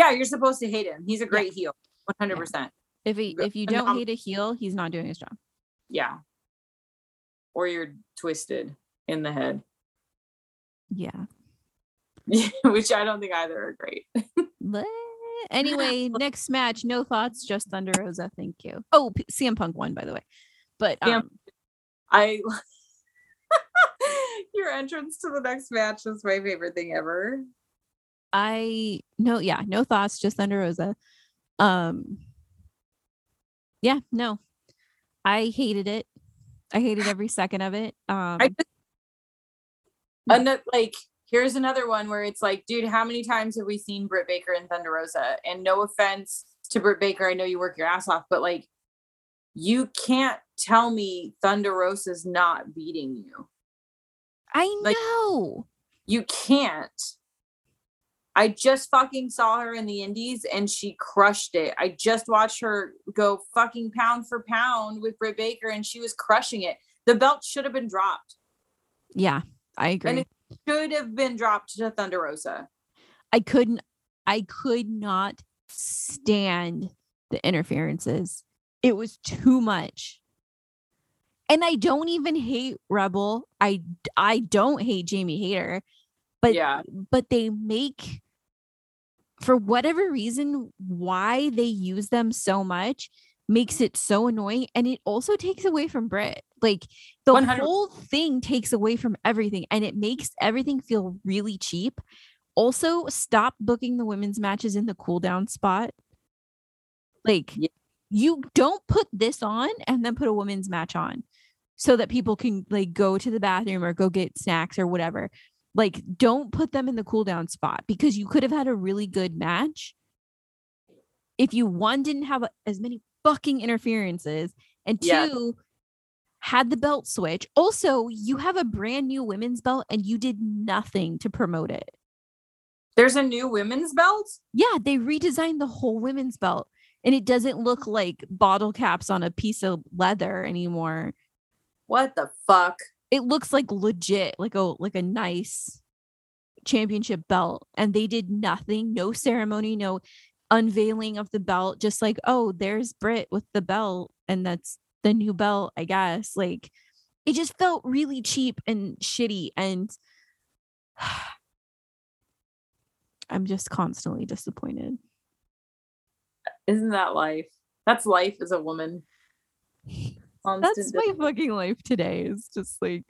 A: yeah, you're supposed to hate him. He's a great heel. 100%.
B: if he,
A: Yeah,
B: if you
A: and
B: don't
A: I'm-
B: hate a heel he's not doing his job
A: Yeah. Or you're twisted in the head,
B: yeah
A: which I don't think either are great.
B: Bleh. anyway next match no thoughts just thunder rosa thank you oh P- cm punk won by the way but
A: Yeah.
B: um,
A: I Your entrance to the next match is my favorite thing ever.
B: i no yeah no thoughts just thunder rosa um yeah no i hated it i hated every second of it um
A: I another like here's another one where it's like, dude, how many times have we seen Britt Baker and Thunder Rosa? And no offense to Britt Baker, I know you work your ass off, but like, you can't tell me Thunder Rosa's not beating you.
B: i
A: like-
B: know
A: You can't. I just fucking saw her in the Indies and she crushed it. I just watched her go fucking pound for pound with Britt Baker and she was crushing it. The belt should have been dropped.
B: yeah i agree
A: it- Should have been dropped to Thunder Rosa.
B: I couldn't I could not stand the interferences. It was too much. And I don't even hate Rebel. I I don't hate Jamie Hater, but
A: yeah.
B: but they make for whatever reason why they use them so much makes it so annoying and it also takes away from Brit. Like the
A: 100
B: whole thing takes away from everything and it makes everything feel really cheap. Also, stop booking the women's matches in the cool down spot. Like
A: Yeah.
B: you don't put this on and then put a women's match on so that people can like go to the bathroom or go get snacks or whatever like don't put them in the cool down spot because you could have had a really good match if you one didn't have a- as many fucking interferences and two
A: Yeah.
B: had the belt switch also you have a brand new women's belt and you did nothing to promote it
A: There's a new women's belt.
B: yeah they redesigned the whole women's belt and it doesn't look like bottle caps on a piece of leather anymore
A: What the fuck?
B: it looks like legit like a like a nice championship belt and they did nothing no ceremony no unveiling of the belt just like oh there's Brit with the belt and that's the new belt i guess like it just felt really cheap and shitty and i'm just constantly disappointed
A: Isn't that life? That's life as a woman. Constant
B: that's
A: dis-
B: my fucking life today is just like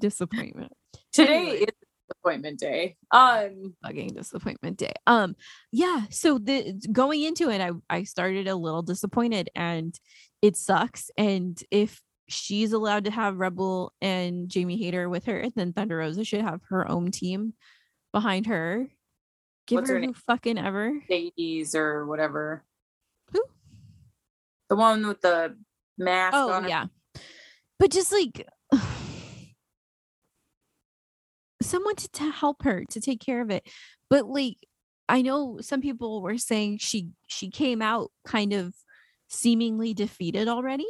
B: disappointment
A: Today
B: anyway.
A: is disappointment day. Um,
B: fucking disappointment day. Um, yeah. So the going into it, I I started a little disappointed, and it sucks. And if she's allowed to have Rebel and Jamie Hader with her, then Thunder Rosa should have her own team behind her. Give
A: What's
B: her,
A: her
B: who
A: name?
B: fucking ever.
A: ladies or whatever.
B: Who?
A: The one with the mask
B: Oh
A: on. her-
B: yeah, but just like. Someone to, to help her to take care of it, but like I know some people were saying she she came out kind of seemingly defeated already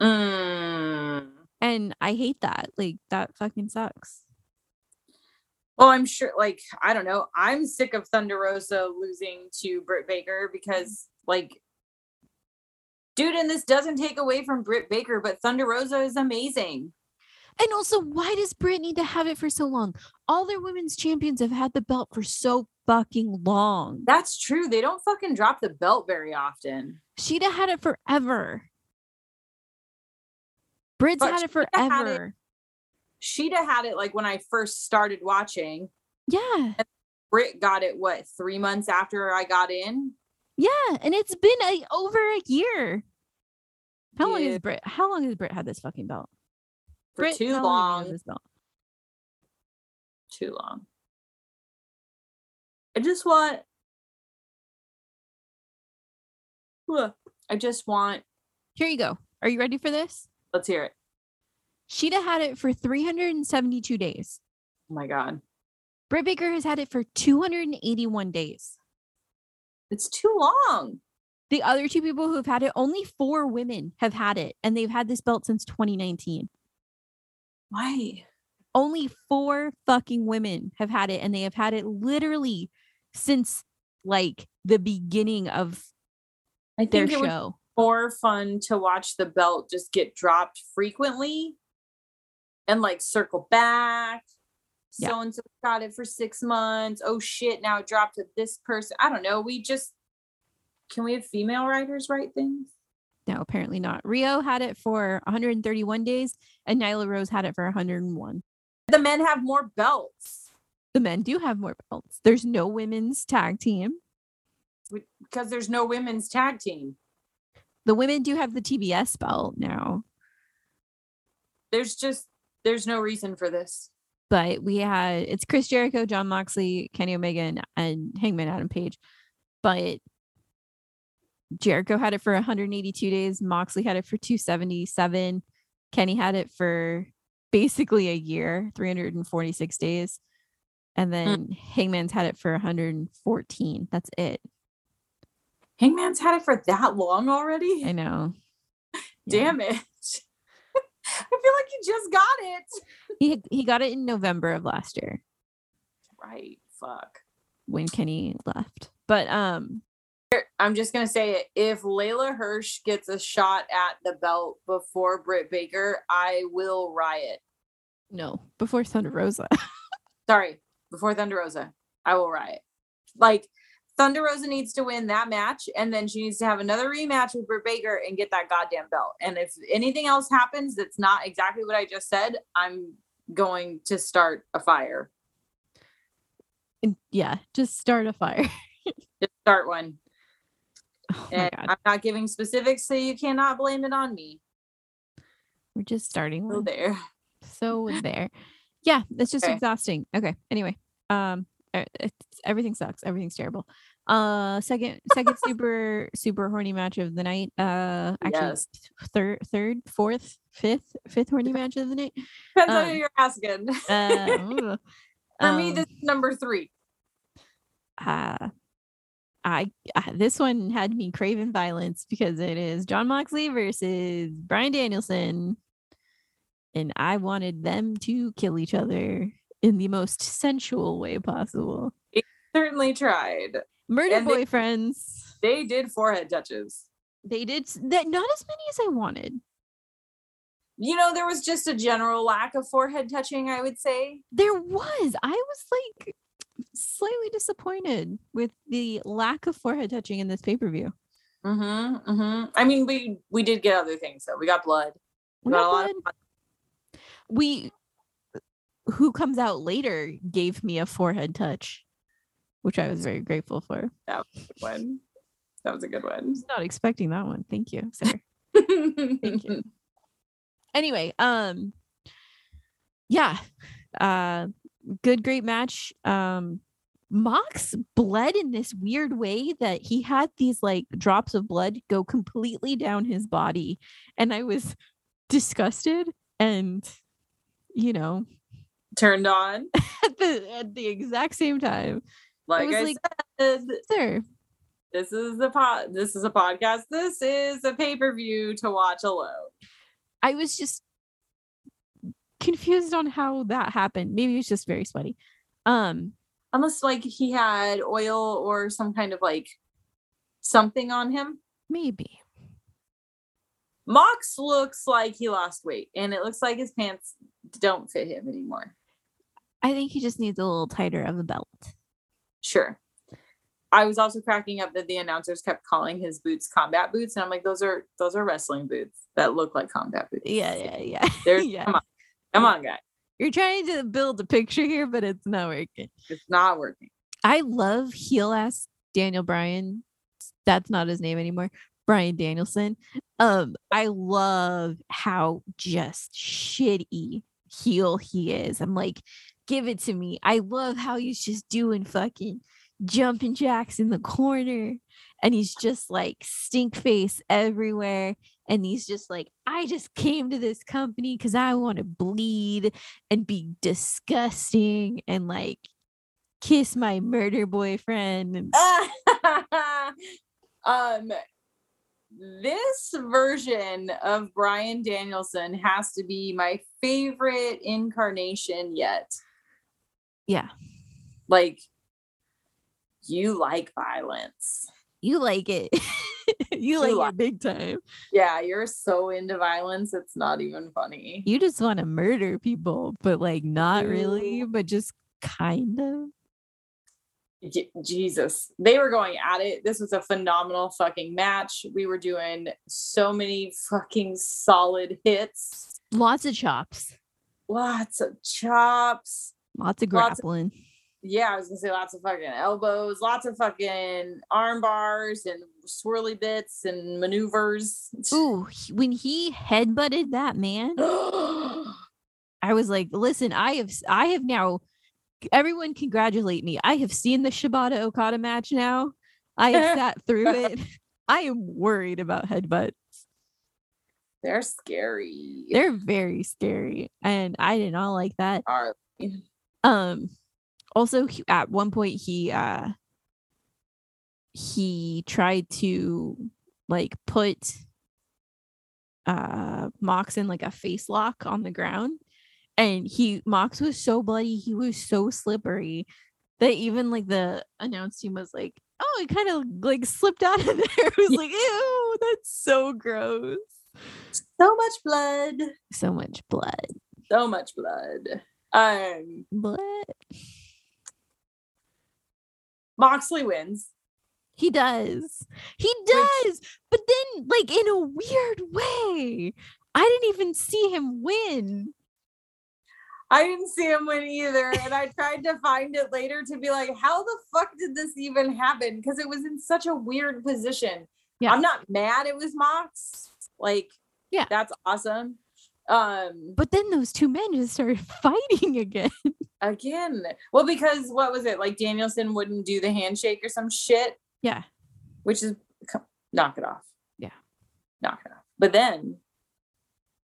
A: Mm.
B: and I hate that. Like that fucking sucks.
A: Well, I'm sure, like, I don't know. I'm sick of Thunder Rosa losing to Britt Baker because, like, dude, and this doesn't take away from Britt Baker, but Thunder Rosa is amazing.
B: And also, why does Britt need to have it for so long? All their women's champions have had the belt for so fucking long.
A: That's true. They don't fucking drop the belt very often.
B: She'd have had it forever. Britt's
A: But
B: had it
A: she'd have had it-
B: forever.
A: Sheeta had it like when I first started watching.
B: Yeah.
A: Britt got it what three months after I got in.
B: Yeah. And it's been a, over a year. How long
A: Yeah.
B: has Britt? How long has Britt had this fucking belt?
A: For
B: Britt,
A: too
B: how long have
A: long.
B: you had This belt?
A: Too long. I just want. Ugh. I just want.
B: Here you go. Are you ready for this?
A: Let's hear it.
B: Sheeta had it for 372 days.
A: Oh my god,
B: Britt Baker has had it for 281 days.
A: it's too long.
B: The other two people who have had it, only four women have had it, and they've had this belt since 2019.
A: Why?
B: Only four fucking women have had it, and they have had it literally since like the beginning of
A: I
B: their
A: think it was
B: show.
A: more fun to watch the belt just get dropped frequently and like circle back.
B: Yeah.
A: So and so got it for six months. Oh shit, now it dropped to this person. I don't know. We just can we have female writers write things?
B: No, apparently not. Rio had it for 131 days, and Nyla Rose had it for 101.
A: The men have more belts
B: The men do have more belts. There's no women's tag team.
A: because there's no women's tag team.
B: The women do have the TBS belt now.
A: There's just there's no reason for this.
B: but we had it's Chris Jericho, John Moxley, Kenny Omega, and, and Hangman Adam Page. But Jericho had it for 182 days. Moxley had it for 277. Kenny had it for basically a year, 346 days. And then Hangman's had it for 114. That's it.
A: Hangman's had it for that long already.
B: I know. Yeah.
A: Damn it. I feel like he just got it.
B: He he got it in November of last year.
A: Right. Fuck.
B: when Kenny left. But um
A: I'm just gonna say it. If Layla Hirsch gets a shot at the belt before Britt Baker, I will riot.
B: no, before Thunder Rosa.
A: Sorry, before Thunder Rosa, I will riot. Like Thunder Rosa needs to win that match, and then she needs to have another rematch with Britt Baker and get that goddamn belt. And if anything else happens that's not exactly what I just said, I'm going to start a fire.
B: And yeah, just start a fire.
A: Just start one.
B: Oh my
A: And
B: god.
A: I'm not giving specifics, so you cannot blame it on me.
B: We're just starting
A: Oh,
B: one.
A: there.
B: So there. Yeah, it's just
A: Okay.
B: exhausting. Okay. Anyway, um, e- it's, everything sucks. Everything's terrible. Uh, second, second super super horny match of the night. Uh, actually,
A: Yes.
B: third, third, fourth, fifth, fifth horny match of the night.
A: Depends on
B: Um,
A: who you're asking.
B: Uh,
A: For me,
B: um,
A: this is number three.
B: uh I uh, this one had me craving violence because it is John Moxley versus Brian Danielson, and I wanted them to kill each other in the most sensual way possible.
A: Certainly tried.
B: Murder
A: And they-
B: boyfriends.
A: They did forehead touches.
B: They did s- that. Not as many as I wanted.
A: You know, there was just a general lack of forehead touching, I would say.
B: There was. I was like slightly disappointed with the lack of forehead touching in this pay per view.
A: Mm-hmm. Mm-hmm. I mean, we we did get other things though. We got blood. We got a lot of blood.
B: we who comes out later gave me a forehead touch which i was very grateful for
A: Good one. That was a good one.
B: not expecting that one thank you sir Thank you. anyway um yeah uh good great match um mox bled in this weird way that he had these like drops of blood go completely down his body and i was disgusted and you know
A: Turned on.
B: at the at the exact same time
A: Like
B: was
A: I
B: like-
A: said,
B: sir
A: this is the pod. This is a podcast. This is a pay per view to watch alone.
B: I was just confused on how that happened. Maybe it was just very sweaty. Um,
A: unless like he had oil or some kind of like something on him.
B: maybe.
A: Mox looks like he lost weight and it looks like his pants don't fit him anymore.
B: I think he just needs a little tighter of a belt.
A: Sure. I was also cracking up that the announcers kept calling his boots combat boots and I'm like those are those are wrestling boots that look like combat boots.
B: Yeah, yeah, yeah.
A: There's
B: yeah.
A: come on. Come on guys.
B: You're trying to build a picture here, but it's not working.
A: It's not working.
B: I love heel ass Daniel Bryan. That's not his name anymore. Brian Danielson. Um, I love how just shitty heel he is. I'm like, give it to me. I love how he's just doing fucking jumping jacks in the corner and he's just like stink face everywhere. And he's just like, I just came to this company because I want to bleed and be disgusting and like kiss my murder boyfriend. and-
A: um this version of Brian Danielson has to be my favorite incarnation yet.
B: Yeah.
A: Like you like violence.
B: You like it. you like
A: like-
B: it big time.
A: Yeah, you're so into violence, it's not even funny.
B: You just want to murder people, but like not really,
A: You-
B: but just kind of.
A: Je- Jesus, they were going at it. This was a phenomenal fucking match. We were doing so many fucking solid hits,
B: Lots of chops,
A: lots of chops.
B: lots of
A: Lots of-
B: grappling.
A: Yeah, I was gonna say lots of fucking elbows, lots of fucking arm bars and swirly bits and maneuvers.
B: Ooh, he- when he headbutted that man, I was like, listen, I have s- I have now everyone congratulate me. I have seen the Shibata Okada match now. I have sat through it. I am worried about headbutt.
A: They're scary.
B: They're very scary. And I did not like that.
A: Are-
B: um also he, at one point he uh he tried to like put uh mox in like a face lock on the ground and he mox was so bloody he was so slippery that even like the announce team was like oh it kind of like slipped out of there it was like ew that's so gross
A: so much blood.
B: so much blood
A: So much blood. Um
B: blood
A: Moxley wins.
B: He does. He
A: Which-
B: does. but then, like, in a weird way, I didn't even see him win.
A: I didn't see him win either. And I tried to find it later to be like, how the fuck did this even happen? Because it was in such a weird position.
B: Yeah.
A: I'm not mad it was Mox. Like,
B: Yeah.
A: That's awesome. Um,
B: But then those two men just started fighting again.
A: again, well, because what was it? Like Danielson wouldn't do the handshake or some shit,
B: Yeah.
A: which is come, knock it off.
B: Yeah.
A: Knock it off. But then,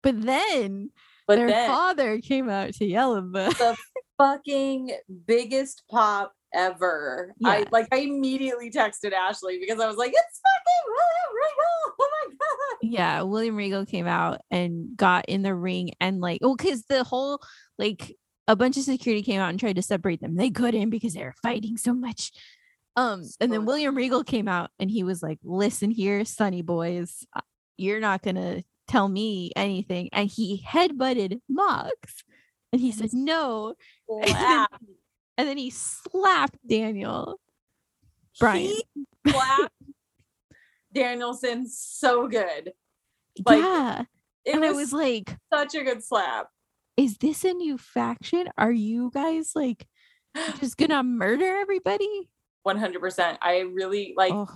B: But then
A: but
B: their
A: then
B: father came out to yell at them.
A: fucking biggest pop ever. I
B: Yeah.
A: like I immediately texted Ashley because I was like, it's fucking William Regal. Oh my god.
B: Yeah, William Regal came out and got in the ring and like, oh, because the whole like a bunch of security came out and tried to separate them. They couldn't because they were fighting so much. Um, and then
A: So-
B: William Regal came out and he was like, "Listen here, Sonny boys, uh, you're not gonna tell me anything." And he headbutted Mox, and he said, "No,"
A: oh Slap.
B: and then he slapped Daniel. Brian.
A: He slapped Danielson so good. Like,
B: yeah,
A: It
B: and
A: was,
B: I was like,
A: such a good slap.
B: is this a new faction? Are you guys like just gonna murder everybody?
A: 100%. I really like
B: oh,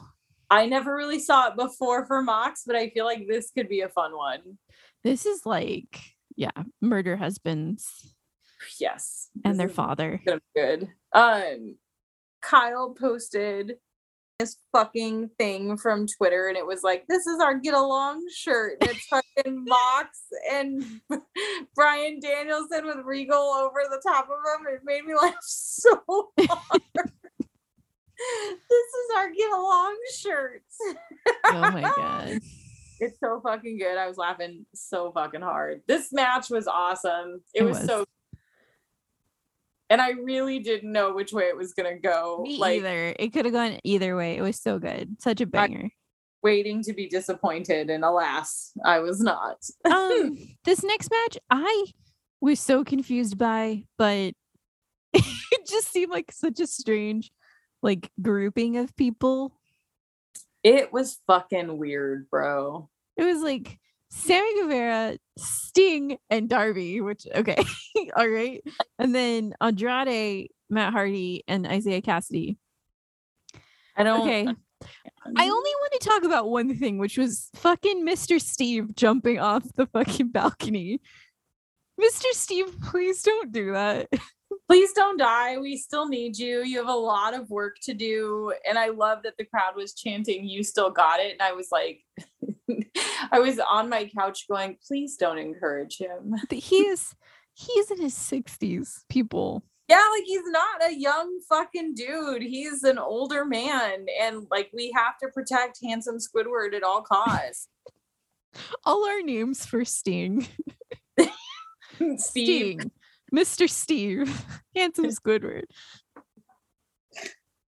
A: I never really saw it before for Mox, but I feel like this could be a fun one.
B: this is like, yeah, murder husbands
A: Yes.
B: and
A: this
B: their
A: is
B: father.
A: gonna be good. Um, Kyle posted this fucking thing from Twitter, and it was like, "This is our get along shirt." And it's fucking Mox and Brian Danielson with Regal over the top of him. It made me laugh so hard. this is our get along shirt.
B: Oh my god.
A: It's so fucking good. I was laughing so fucking hard. This match was awesome. It,
B: It
A: was,
B: was.
A: so. and I really didn't know which way it was gonna go.
B: Me
A: like
B: either. It could have gone either way. It was so good. Such a banger.
A: waiting to be disappointed, and alas, I was not.
B: um this next match I was so confused by, but it just seemed like such a strange like grouping of people.
A: It was fucking weird, bro.
B: It was like Sammy Guevara, Sting, and Darby, which okay, all right. And then Andrade, Matt Hardy, and Isaiah Cassidy.
A: I don't.
B: Okay. I only want to talk about one thing, which was fucking Mr. Steve jumping off the fucking balcony. Mr. Steve, please don't do that.
A: please don't die. We still need you. You have a lot of work to do. And I love that the crowd was chanting, You still got it. And I was like, I was on my couch going, Please don't encourage him.
B: Th- He is he's in his 60s, people.
A: Yeah, like he's not a young fucking dude. He's an older man. And like we have to protect handsome Squidward at all costs.
B: All our names for Sting.
A: Steve,
B: Sting. Mr. Steve. Handsome Squidward.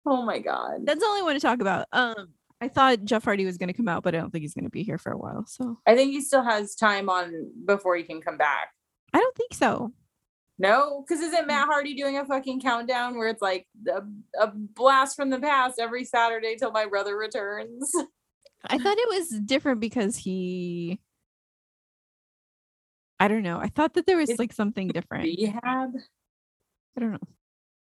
A: oh my God.
B: That's all I want to talk about. Um I thought Jeff Hardy was going to come out, but I don't think he's going to be here for a while. So
A: I think he still has time on before he can come back.
B: I don't think so.
A: No, because isn't Matt Hardy doing a fucking countdown where it's like a, a blast from the past every Saturday till my brother returns?
B: I thought it was different because he. I don't know. I thought that there was
A: It's
B: like something different.
A: Rehab?
B: I don't know.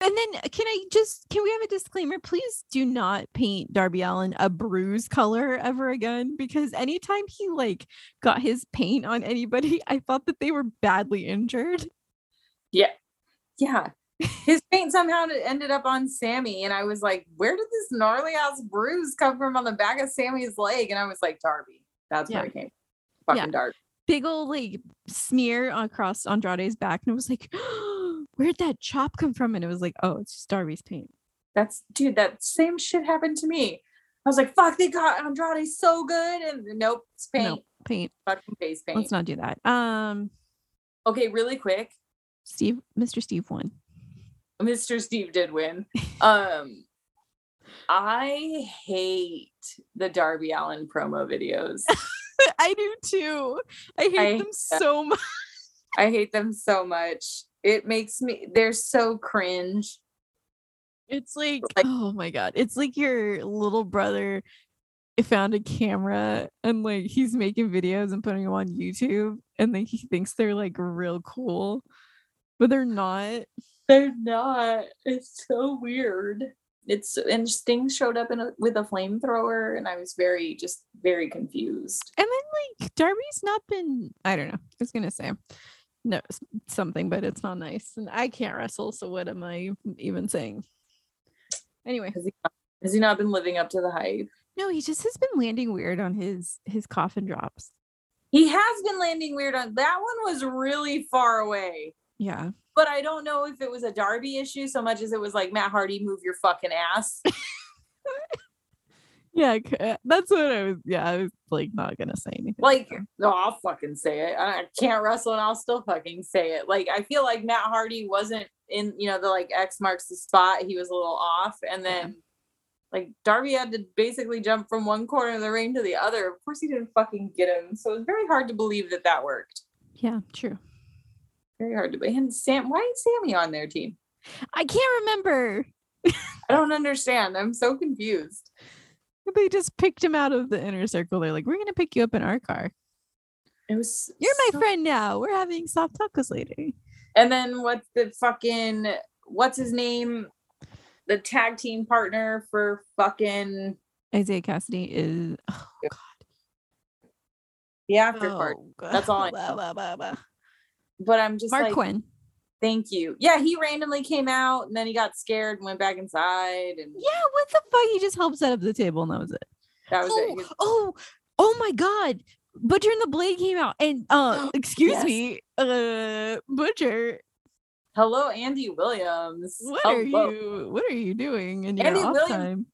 B: And then uh, can I just can we have a disclaimer? Please do not paint Darby Allen a bruise color ever again because anytime he like got his paint on anybody, I thought that they were badly injured.
A: Yeah. His paint somehow ended up on Sammy, and I was like, "Where did this gnarly ass bruise come from on the back of Sammy's leg?" And I was like, "Darby, that's where
B: Yeah.
A: it came." from.
B: Yeah.
A: Fucking Darby.
B: Big old like smear across Andrade's back, and I was like, "Where'd that chop come from?" And it was like, "Oh, it's just Darby's paint."
A: That's dude. That same shit happened to me. I was like, "Fuck, they got Andrade so good," and nope, it's
B: No,
A: paint,
B: Paint.
A: fucking face paint.
B: Let's not do that. Um,
A: okay, really quick,
B: Steve, Mr. Steve won.
A: Mr. Steve did win. Um I hate the Darby Allen promo videos.
B: I do too. I hate
A: I-
B: them so much.
A: I hate them so much. It makes me they're so cringe.
B: It's like,
A: Like-
B: oh my god, it's like your little brother found a camera and like he's making videos and putting them on YouTube, and then he thinks they're like real cool, but they're not.
A: They're not. It's so weird. It's and Sting showed up in a, with a flamethrower and I was very just very confused.
B: And then like Darby's not been. I don't know. I was gonna say. No, s- something, but it's not nice, and I can't wrestle. So what am I even saying? Anyway,
A: Has he not been living up to the hype?
B: No, he just has been landing weird on his his coffin drops.
A: He has been landing weird on that one was really far away.
B: Yeah.
A: but I don't know if it was a Darby issue so much as it was like Matt Hardy, move your fucking ass.
B: Yeah, c- uh, that's what I was yeah, I was like not going to say anything.
A: like,
B: so.
A: no, I'll fucking say it. I can't wrestle and I'll still fucking say it. Like, I feel like Matt Hardy wasn't in, you know, the like X marks the spot. He was a little off, and
B: Yeah.
A: then.
B: Uh-huh.
A: Like Darby had to basically jump from one corner of the ring to the other. Of course, he didn't fucking get him, so it was very hard to believe that that worked.
B: yeah, true.
A: Very hard to. be- And Sam, why is Sammy on their team?
B: I can't remember.
A: I don't understand. I'm so confused.
B: They just picked him out of the inner circle. They're like, "We're going to pick you up in our car.
A: It was.
B: You're my
A: so
B: friend now. We're having soft tacos later."
A: And then what's the fucking what's his name? The tag team partner for fucking
B: Isaiah Cassidy is oh,
A: the after part.
B: God.
A: That's all I
B: Oh, Blah,
A: know.
B: blah, blah, blah.
A: But I'm just
B: Mark
A: like,
B: Quinn.
A: thank you. Yeah, he randomly came out and then he got scared and went back inside, and
B: Yeah, what the fuck? He just helped set up the table and that was it.
A: that was
B: oh,
A: it. He was-
B: oh, oh my god. Butcher and the Blade came out and uh excuse
A: Yes.
B: me, uh Butcher,
A: Hello, Andy Williams.
B: what
A: Hello.
B: are you what are you doing in your
A: oh, Andy
B: off
A: Williams
B: time?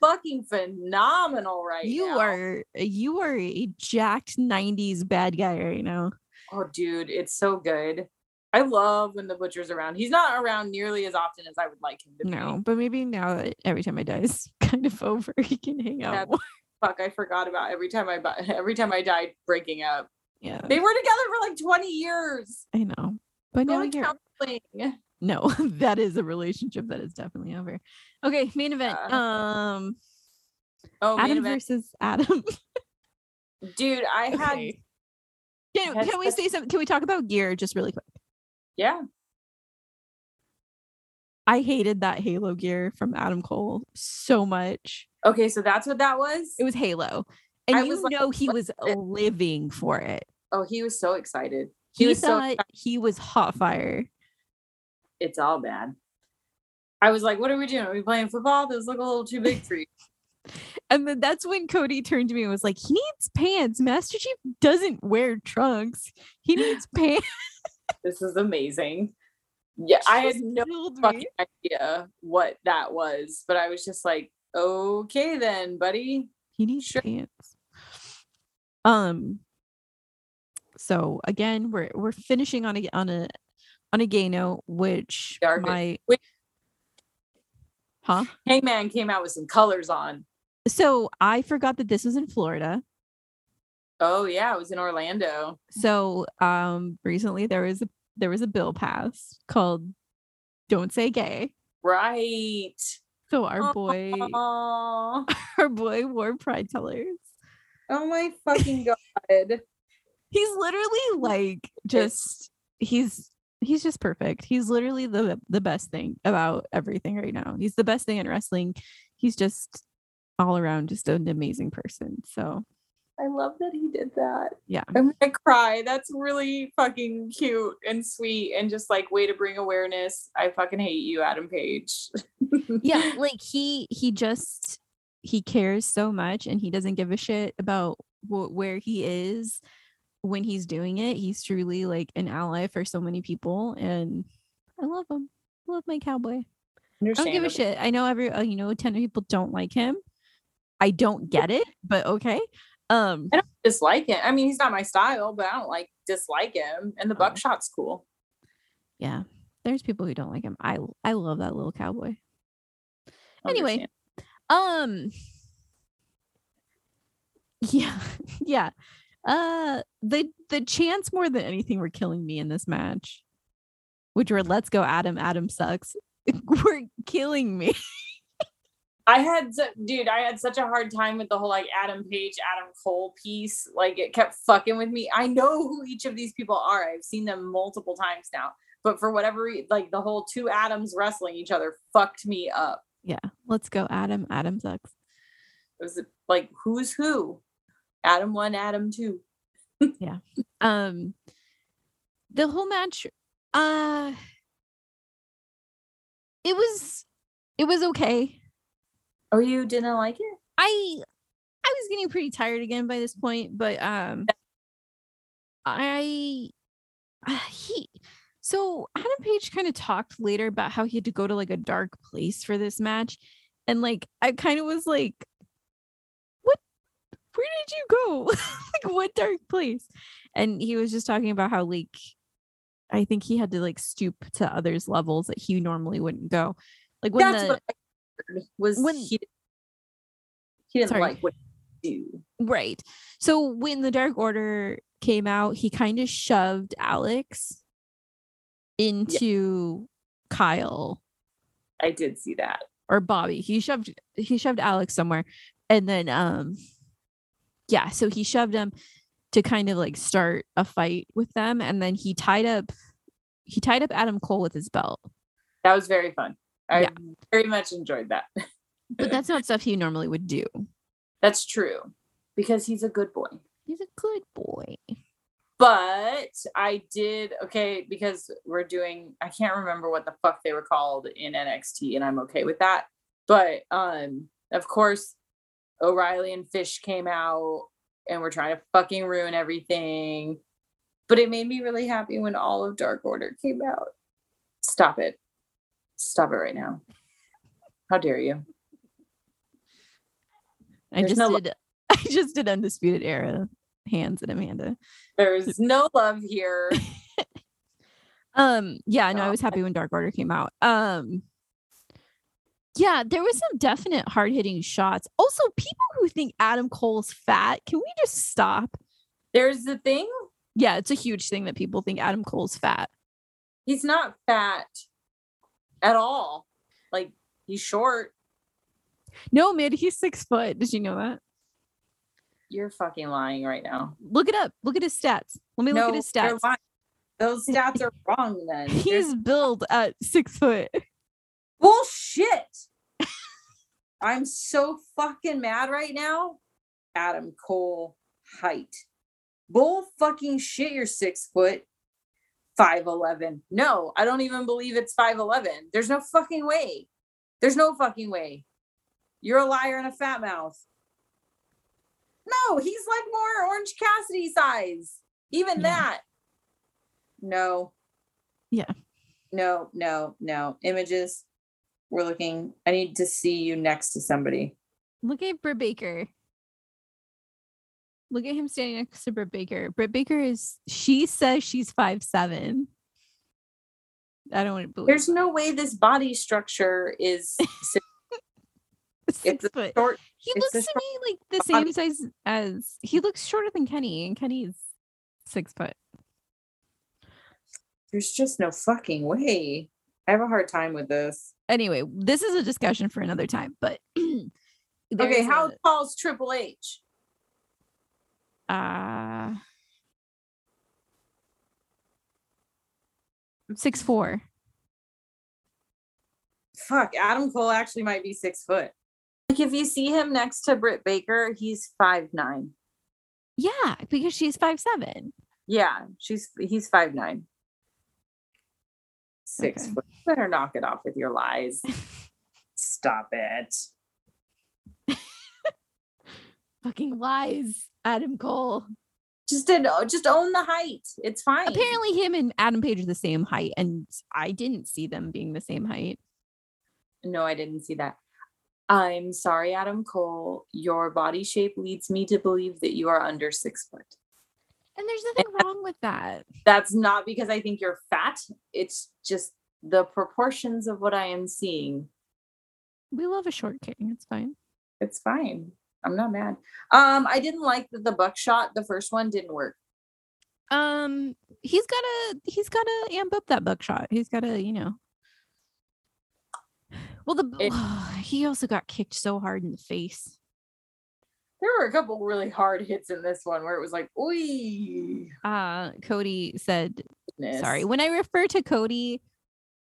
A: Fucking phenomenal, right?
B: You
A: now.
B: are you are a jacked 90s bad guy right now.
A: Oh, dude, it's so good. I I love when the butcher's around. He's not around nearly as often as I would like him to be.
B: No, but maybe now that every time I die is kind of over, he can hang out.
A: That's-
B: more.
A: Fuck, I forgot about every time I bu- every time I died breaking up.
B: Yeah,
A: They were together for like 20 years.
B: I know. But
A: Go
B: now
A: to
B: you're
A: counseling.
B: no, that is a relationship that is definitely over. Okay, main event. Um,
A: Uh, Oh, main
B: Adam
A: event.
B: versus Adam.
A: dude, I had
B: Okay. Can,
A: had
B: can we say something? Can we talk about gear just really quick?
A: yeah.
B: I hated that Halo gear from Adam Cole so much.
A: Okay, so that's what that was.
B: It was Halo, and
A: I
B: you
A: was like,
B: know he
A: "What
B: was
A: is it?"
B: living for it.
A: Oh, he was so excited. He
B: He,
A: was so
B: thought he was hot fire.
A: It's all bad. I was like, what are we doing? Are we playing football? Those look a little too big for you.
B: And then that's when Cody turned to me and was like, he needs pants. Master Chief doesn't wear trunks. He needs pants.
A: This is amazing. Yeah, I had no
B: Killed me.
A: fucking idea what that was, but I was just like, okay then, buddy.
B: He needs
A: Sure.
B: pants. Um. So again, we're we're finishing on a on a on a gay note, which
A: Garbage.
B: my
A: Wait.
B: huh.
A: Hangman came out with some colors on.
B: So I forgot that this was in Florida.
A: Oh yeah, it was in Orlando.
B: So um, recently there was a there was a bill passed called "Don't Say Gay."
A: Right.
B: So our boy
A: Aw.
B: our boy wore pride colors.
A: Oh my fucking god.
B: He's literally like just he's he's just perfect. He's literally the the best thing about everything right now. He's the best thing in wrestling. He's just all around just an amazing person. So
A: I love that he did that.
B: yeah.
A: I'm gonna cry. That's really fucking cute and sweet and just like way to bring awareness. I fucking hate you, Adam Page.
B: yeah like he he just he cares so much and he doesn't give a shit about wh- where he is when he's doing it he's truly like an ally for so many people and i love him I love my cowboy i don't give a shit i know every uh, you know 10 people don't like him i don't get it but okay um
A: I don't dislike him. I mean, he's not my style, but I don't like dislike him. And the
B: Oh.
A: buckshot's cool.
B: yeah there's people who don't like him i i love that little cowboy Anyway.
A: Understand.
B: Um Yeah, yeah. Uh the the chants more than anything were killing me in this match. Which were let's go Adam, Adam sucks. were killing me.
A: I had, su- dude, I had such a hard time with the whole like Adam Page, Adam Cole piece. Like it kept fucking with me. I know who each of these people are. I've seen them multiple times now. But for whatever reason, like the whole two Adams wrestling each other fucked me up.
B: Let's go Adam, Adam sucks.
A: It was like, who's who? Adam one, Adam two.
B: Um the whole match uh it was it was okay.
A: Oh, you didn't like it?
B: I I was getting pretty tired again by this point, but um I uh, he so Adam Page kind of talked later about how he had to go to like a dark place for this match and like I kind of was like what where did you go? like what dark place? And he was just talking about how like I think he had to like stoop to others levels that he normally wouldn't go. Like when
A: That's
B: the
A: what I heard was
B: when-
A: he, he didn't
B: Sorry.
A: like what you do.
B: Right. So when the Dark Order came out, he kind of shoved Alex into Kyle
A: I did see that.
B: or Bobby. He shoved he shoved Alex somewhere. And then um yeah, so he shoved him to kind of like start a fight with them and then he tied up he tied up Adam Cole with his belt.
A: That was very fun. I
B: Yeah.
A: very much enjoyed that.
B: But that's not stuff he normally would do.
A: That's true because he's a good boy.
B: He's a good boy.
A: But I did okay because we're doing I can't remember what the fuck they were called in NXT and I'm okay with that. But um of course O'Reilly and Fish came out and we're trying to fucking ruin everything. But it made me really happy when all of Dark Order came out. Stop it. Stop it right now. How dare you?
B: I
A: There's
B: just
A: no lo-
B: did I just did undisputed era hands at Amanda.
A: There's no love here.
B: Um, yeah, no, I
A: So-
B: was happy when Dark Order came out. Um, yeah, there was some definite hard hitting shots. Also, people who think Adam Cole's fat, can we just stop?
A: There's the thing.
B: Yeah, it's a huge thing that people think Adam Cole's fat.
A: He's not fat at all. Like he's short.
B: No, man, he's six foot. Did you know that?
A: You're fucking lying right now.
B: Look it up. Look at his stats. Let me look at his
A: they're
B: stats.
A: lying. Those stats are wrong then. There's-
B: He's billed at six foot.
A: bullshit. I'm so fucking mad right now. Adam Cole height. Bull fucking shit, you're six foot. 5'11. No, I don't even believe it's 5'11. There's no fucking way. There's no fucking way. You're a liar and a fat mouth. No, he's like more Orange Cassidy size. Even
B: Yeah.
A: that. No.
B: Yeah.
A: No, no, no. Images. We're looking. I need to see you next to somebody.
B: Look at Britt Baker. Look at him standing next to Britt Baker. Britt Baker is she says she's five seven. I don't want to believe
A: There's no way this body structure is si-
B: it. six
A: a
B: foot.
A: short.
B: He
A: it's
B: looks
A: a
B: to
A: short
B: me like the
A: body.
B: same size as he looks shorter than Kenny, and Kenny's six foot.
A: There's just no fucking way. I have a hard time with this.
B: Anyway, this is a discussion for another time. But
A: okay,
B: there's
A: how
B: a-
A: tall's Triple H?
B: uh six four.
A: Fuck, Adam Cole actually might be six foot. Like if you see him next to Britt Baker, he's five nine.
B: Yeah, because she's five seven.
A: Yeah, she's he's five nine. Six
B: Okay.
A: foot. Better knock it off with your lies. Stop it.
B: Fucking lies, Adam Cole.
A: Just did just own the height. It's fine.
B: Apparently, him and Adam Page are the same height, and I didn't see them being the same height.
A: No, I didn't see that. I'm sorry, Adam Cole. Your body shape leads me to believe that you are under six foot.
B: And there's nothing wrong with that.
A: That's not because I think you're fat. It's just the proportions of what I am seeing.
B: We love a short king. It's fine.
A: It's fine. I'm not mad. Um, I didn't like that the buckshot, the first one didn't work.
B: Um, he's gotta he's gotta amp up that buckshot. He's gotta you know. Well, the he also got kicked so hard in the face.
A: There were a couple really hard hits in this one where it was like, "Oi,
B: Uh, Cody said
A: goodness."
B: Sorry. When I refer to Cody,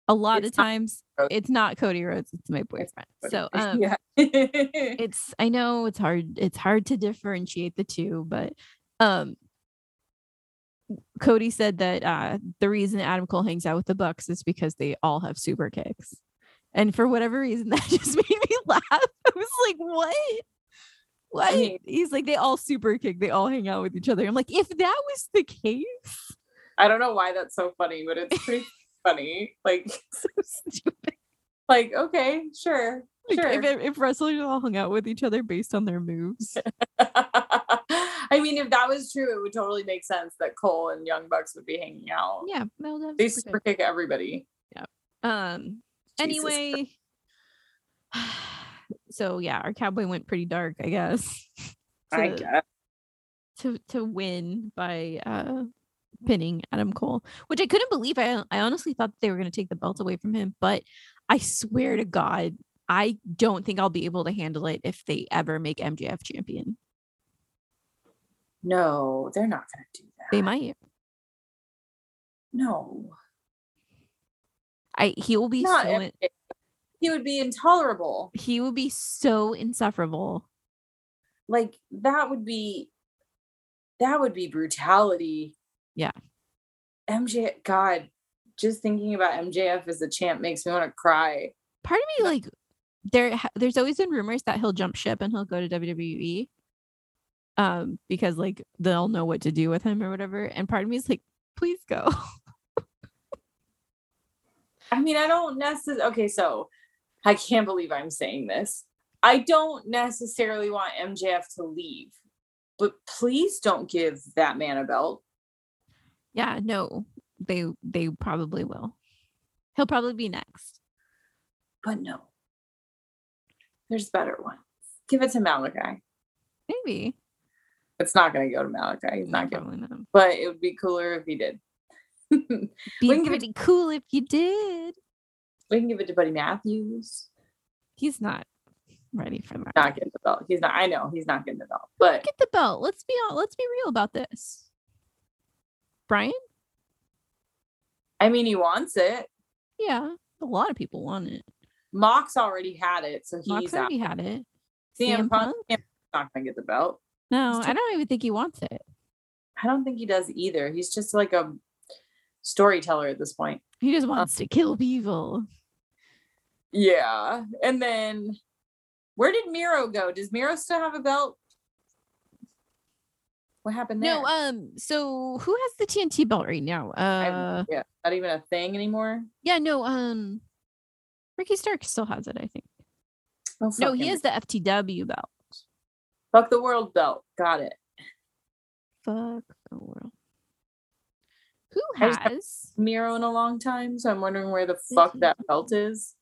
B: a lot
A: It's
B: of
A: not
B: times
A: Rhodes.
B: it's not Cody Rhodes, it's my boyfriend. So um
A: yeah.
B: it's I know it's hard it's hard to differentiate the two, but um Cody said that uh the reason Adam Cole hangs out with the Bucks is because they all have super kicks. And for whatever reason that just made me laugh. I was like, what? What?
A: mean-
B: He's like, they all super kick, they all hang out with each other. I'm like, if that was the case,
A: I don't know why that's so funny, but it's pretty funny. Like,
B: so stupid.
A: like okay, sure,
B: Like,
A: sure.
B: if, if wrestlers all hung out with each other based on their moves.
A: I mean, if that was true, it would totally make sense that Cole and Young Bucks would be hanging out.
B: yeah, well, that
A: They
B: was super
A: super kick everybody.
B: good. Um.
A: Jesus Christ.
B: Anyway. So yeah, our cowboy went pretty dark, I guess,
A: I
B: to-
A: guess.
B: to to win by uh pinning Adam Cole, which I couldn't believe. I I honestly thought they were going to take the belt away from him, but I swear to God, I don't think I'll be able to handle it if they ever make MJF champion.
A: No, they're not gonna do that.
B: They might.
A: No,
B: I he will be
A: not.
B: so in-
A: MJF. he would be intolerable.
B: he will be so insufferable.
A: Like that would be, that would be brutality.
B: Yeah.
A: MJ, God, just thinking about MJF as a champ makes me want to cry.
B: part of me like there ha- there's always been rumors that he'll jump ship and he'll go to WWE um because like they'll know what to do with him or whatever and part of me is like please go
A: I mean, I don't necessarily. Okay, so I can't believe I'm saying this. I don't necessarily want MJF to leave, but please don't give that man a belt.
B: yeah no they they probably will. He'll probably be next.
A: But no. There's better ones. Give it to Malachi.
B: Maybe.
A: It's not gonna go to Malachi. He's not gonna
B: Probably not.
A: but it would be cooler if he did. we
B: Be
A: can give it-
B: pretty cool if you did.
A: can give it to Buddy Matthews.
B: He's not ready for that.
A: Not getting the belt. He's not I know he's not getting the belt. But
B: Get the belt. Let's be all, let's be real about this. Brian?
A: I mean he wants it.
B: Yeah. A lot of people want it.
A: Mox already had it, so he's
B: Mox
A: out.
B: already had it.
A: CM
B: CM
A: Punk is not gonna get the belt.
B: No,
A: He's
B: I don't even think he wants it.
A: I don't think he does either. He's just like a storyteller at this point.
B: He just wants to kill people.
A: Yeah. And then where did Miro go? Does Miro still have a belt? What happened there?
B: No, um, so who has the TNT belt right now? Uh
A: yeah, not even a thing anymore.
B: yeah, no, um Ricky Stark still has it, I think.
A: Oh,
B: No,
A: fuck
B: he
A: him.
B: has the FTW belt.
A: Fuck the world belt. Got it.
B: Fuck the world. Who
A: I just-
B: has
A: Miro in a long time, so I'm wondering where the fuck
B: Mm-hmm.
A: that belt is.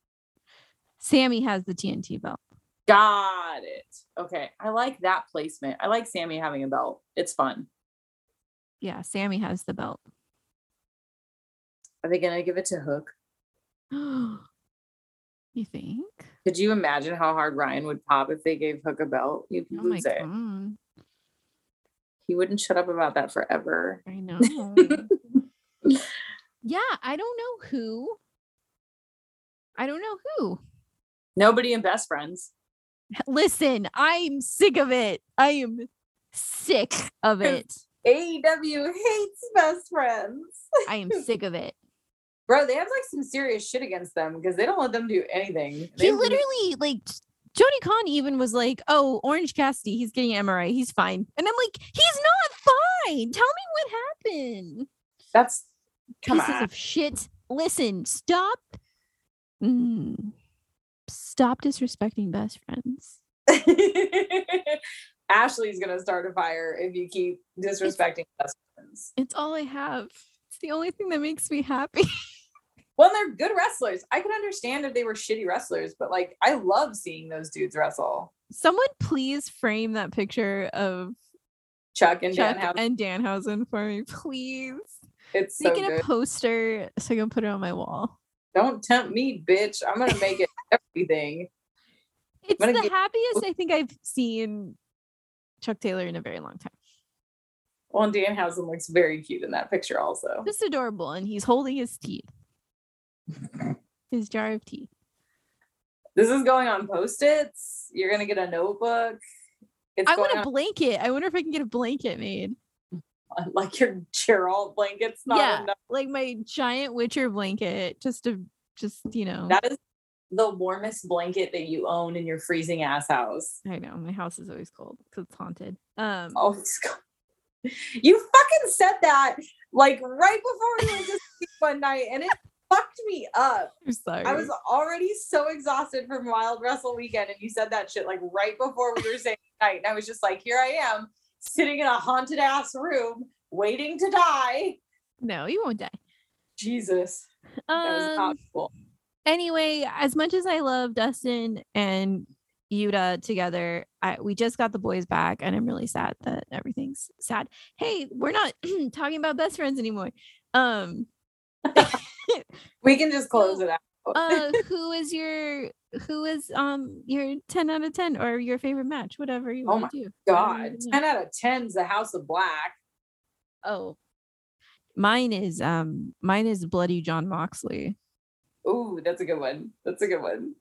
B: Sammy has the TNT belt.
A: Got it. Okay, I like that placement. I like Sammy having a belt. It's fun.
B: Yeah, Sammy has the belt.
A: Are they gonna give it to Hook?
B: you think?
A: Could you imagine how hard Ryan would pop if they gave Hook a belt? He'd
B: Oh my
A: lose it.
B: god.
A: He wouldn't shut up about that forever.
B: I know. yeah, I don't know who. I don't know who.
A: Nobody in Best Friends.
B: Listen, I'm sick of it. I am sick of it.
A: AEW E hates Best Friends.
B: I am sick of it.
A: Bro, they have like some serious shit against them because they don't let them do anything. They
B: He
A: really-
B: literally like Tony Khan even was like, "Oh, Orange Cassidy, he's getting MRI. He's fine." And I'm like, "He's not fine. Tell me what happened."
A: That's come
B: Pieces
A: on.
B: of shit. Listen, stop. Mm. Stop disrespecting best friends.
A: Ashley's gonna start a fire if you keep disrespecting Best Friends.
B: It's all I have. It's the only thing that makes me happy.
A: Well, they're good wrestlers. I could understand if they were shitty wrestlers, but like I love seeing those dudes wrestle.
B: Someone please frame that picture of
A: Chuck and
B: Chuck
A: Dan have
B: and Danhausen for me, please.
A: it's so
B: Make it
A: good.
B: a poster so I can put it on my wall.
A: Don't tempt me, bitch. I'm gonna make it everything.
B: It's
A: gonna
B: the
A: get-
B: happiest I think I've seen Chuck Taylor in a very long time.
A: Well, and Danhausen looks very cute in that picture, also.
B: Just adorable, and he's holding his teeth, his jar of tea.
A: This is going on post-its. You're gonna get a notebook. It's
B: I
A: going
B: want a blanket. I wonder if I can get a blanket made,
A: on like your Gerald blankets. Not
B: Yeah.
A: enough.
B: like my giant Witcher blanket, just to just you know.
A: That is the warmest blanket that you own in your freezing ass house.
B: I know my house is always cold because it's haunted. Um,
A: Oh, it's go- you fucking said that like right before we went to sleep one night, and it fucked me up.
B: I'm sorry.
A: I was already so exhausted from Wild Wrestle Weekend, and you said that shit like right before we were saying night, and I was just like, here I am, sitting in a haunted ass room, waiting to die.
B: no, you won't die.
A: Jesus, that was
B: Um,
A: not cool.
B: anyway, as much as I love Dustin and Yuta together, I, we just got the boys back, and I'm really sad that everything's sad. Hey, we're not talking about best friends anymore. Um,
A: We can just close it out.
B: uh, who is your who is um your 10 out of 10 or your favorite match, whatever you
A: Oh
B: want
A: my
B: to do. I don't
A: God,
B: even know.
A: ten out of ten's the House of Black.
B: Oh, mine is um mine is bloody John Moxley.
A: Ooh, that's a good one. That's a good one.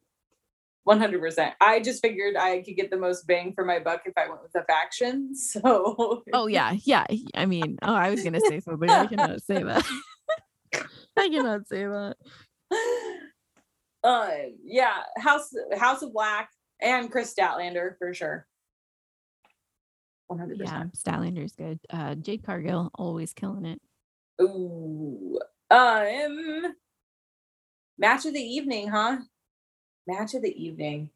A: One hundred percent. I just figured I could get the most bang for my buck if I went with the faction. So
B: Oh yeah, yeah. he- I mean, oh, I was gonna say something. I cannot say that. I cannot say that.
A: uh yeah house house of black and chris statlander for sure 100%
B: Yeah, Statlander's good. Uh, Jade Cargill always killing it.
A: Ooh. um match of the evening huh match of the evening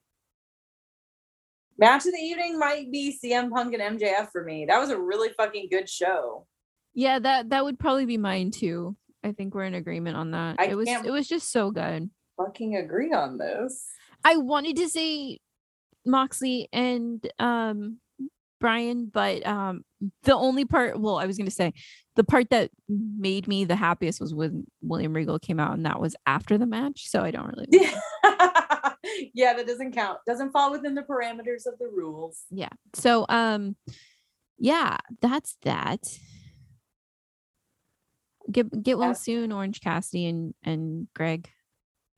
A: match of the evening might be cm punk and mjf for me that was a really fucking good show
B: Yeah, that that would probably be mine too. I think we're in agreement on that.
A: I
B: it was
A: can't-
B: it was just so good.
A: Fucking agree on this.
B: I wanted to say Moxley and um Brian, but um the only part well, I was gonna say the part that made me the happiest was when William Regal came out and that was after the match. So I don't really
A: yeah, that doesn't count. Doesn't fall within the parameters of the rules.
B: so um yeah, that's that. Get get well
A: Yeah.
B: soon, Orange Cassidy and and Greg.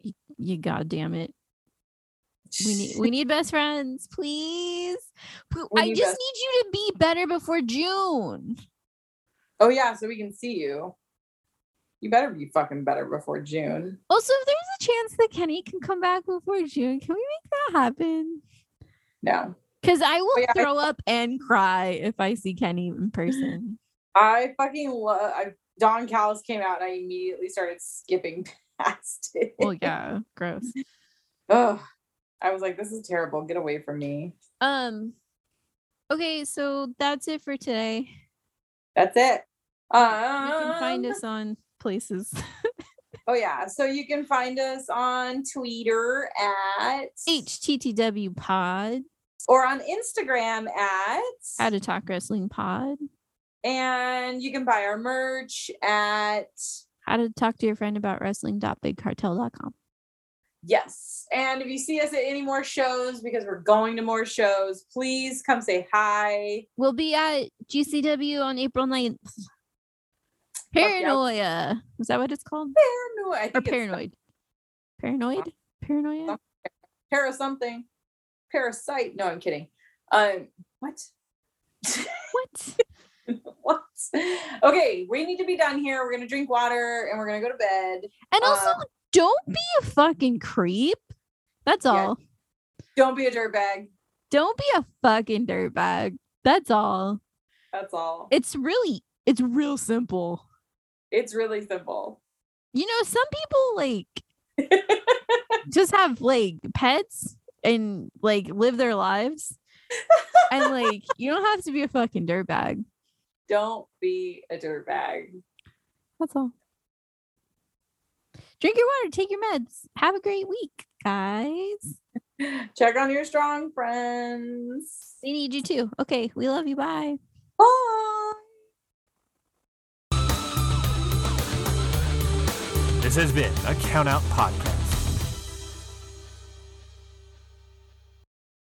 B: You, you goddamn it. We need we need best friends, please. P-
A: We
B: I
A: need
B: just
A: best-
B: need you to be better before June.
A: oh yeah, so we can see you. You better be fucking better before June.
B: Also, if there's a chance that Kenny can come back before June, can we make that happen?
A: No.
B: Because I will
A: Oh, yeah, I-
B: throw up and cry if I see Kenny in person.
A: I fucking love I Don Callis came out and I immediately started skipping past it.
B: well, yeah, gross.
A: Ugh. I was like, this is terrible. Get away from me.
B: Um okay, so that's it for today.
A: That's it. Um,
B: You can find us on places.
A: Oh yeah. So you can find us on Twitter at
B: HTTW pod,
A: or on Instagram at
B: how to talk wrestling pod,
A: and you can buy our merch at
B: how to talk to your friend about wrestling.bigcartel.com.
A: yes. And if you see us at any more shows, because we're going to more shows, please come say hi.
B: We'll be at GCW on April 9th.
A: yeah.
B: Paranoia. Is that what it's called?
A: Paranoid. I
B: Or
A: think it's Uh,
B: paranoid? Paranoid? Paranoia?
A: para something. Parasite. No, I'm kidding. Um, what?
B: What?
A: what? Okay, we need to be done here. We're gonna drink water and we're gonna go to bed.
B: And also,
A: Um,
B: don't be a fucking creep. That's
A: Yeah.
B: all.
A: Don't be a dirtbag.
B: Don't be a fucking dirtbag. That's all.
A: That's all.
B: It's really, it's real simple.
A: It's really simple.
B: You know, some people like just have like pets and like live their lives. and like, you don't have to be a fucking dirtbag.
A: Don't be a dirtbag.
B: That's all. Drink your water, take your meds. Have a great week, guys.
A: Check on your strong friends.
B: We need you too. Okay, we love you. Bye.
A: Bye.
C: This has been a Countout Podcast.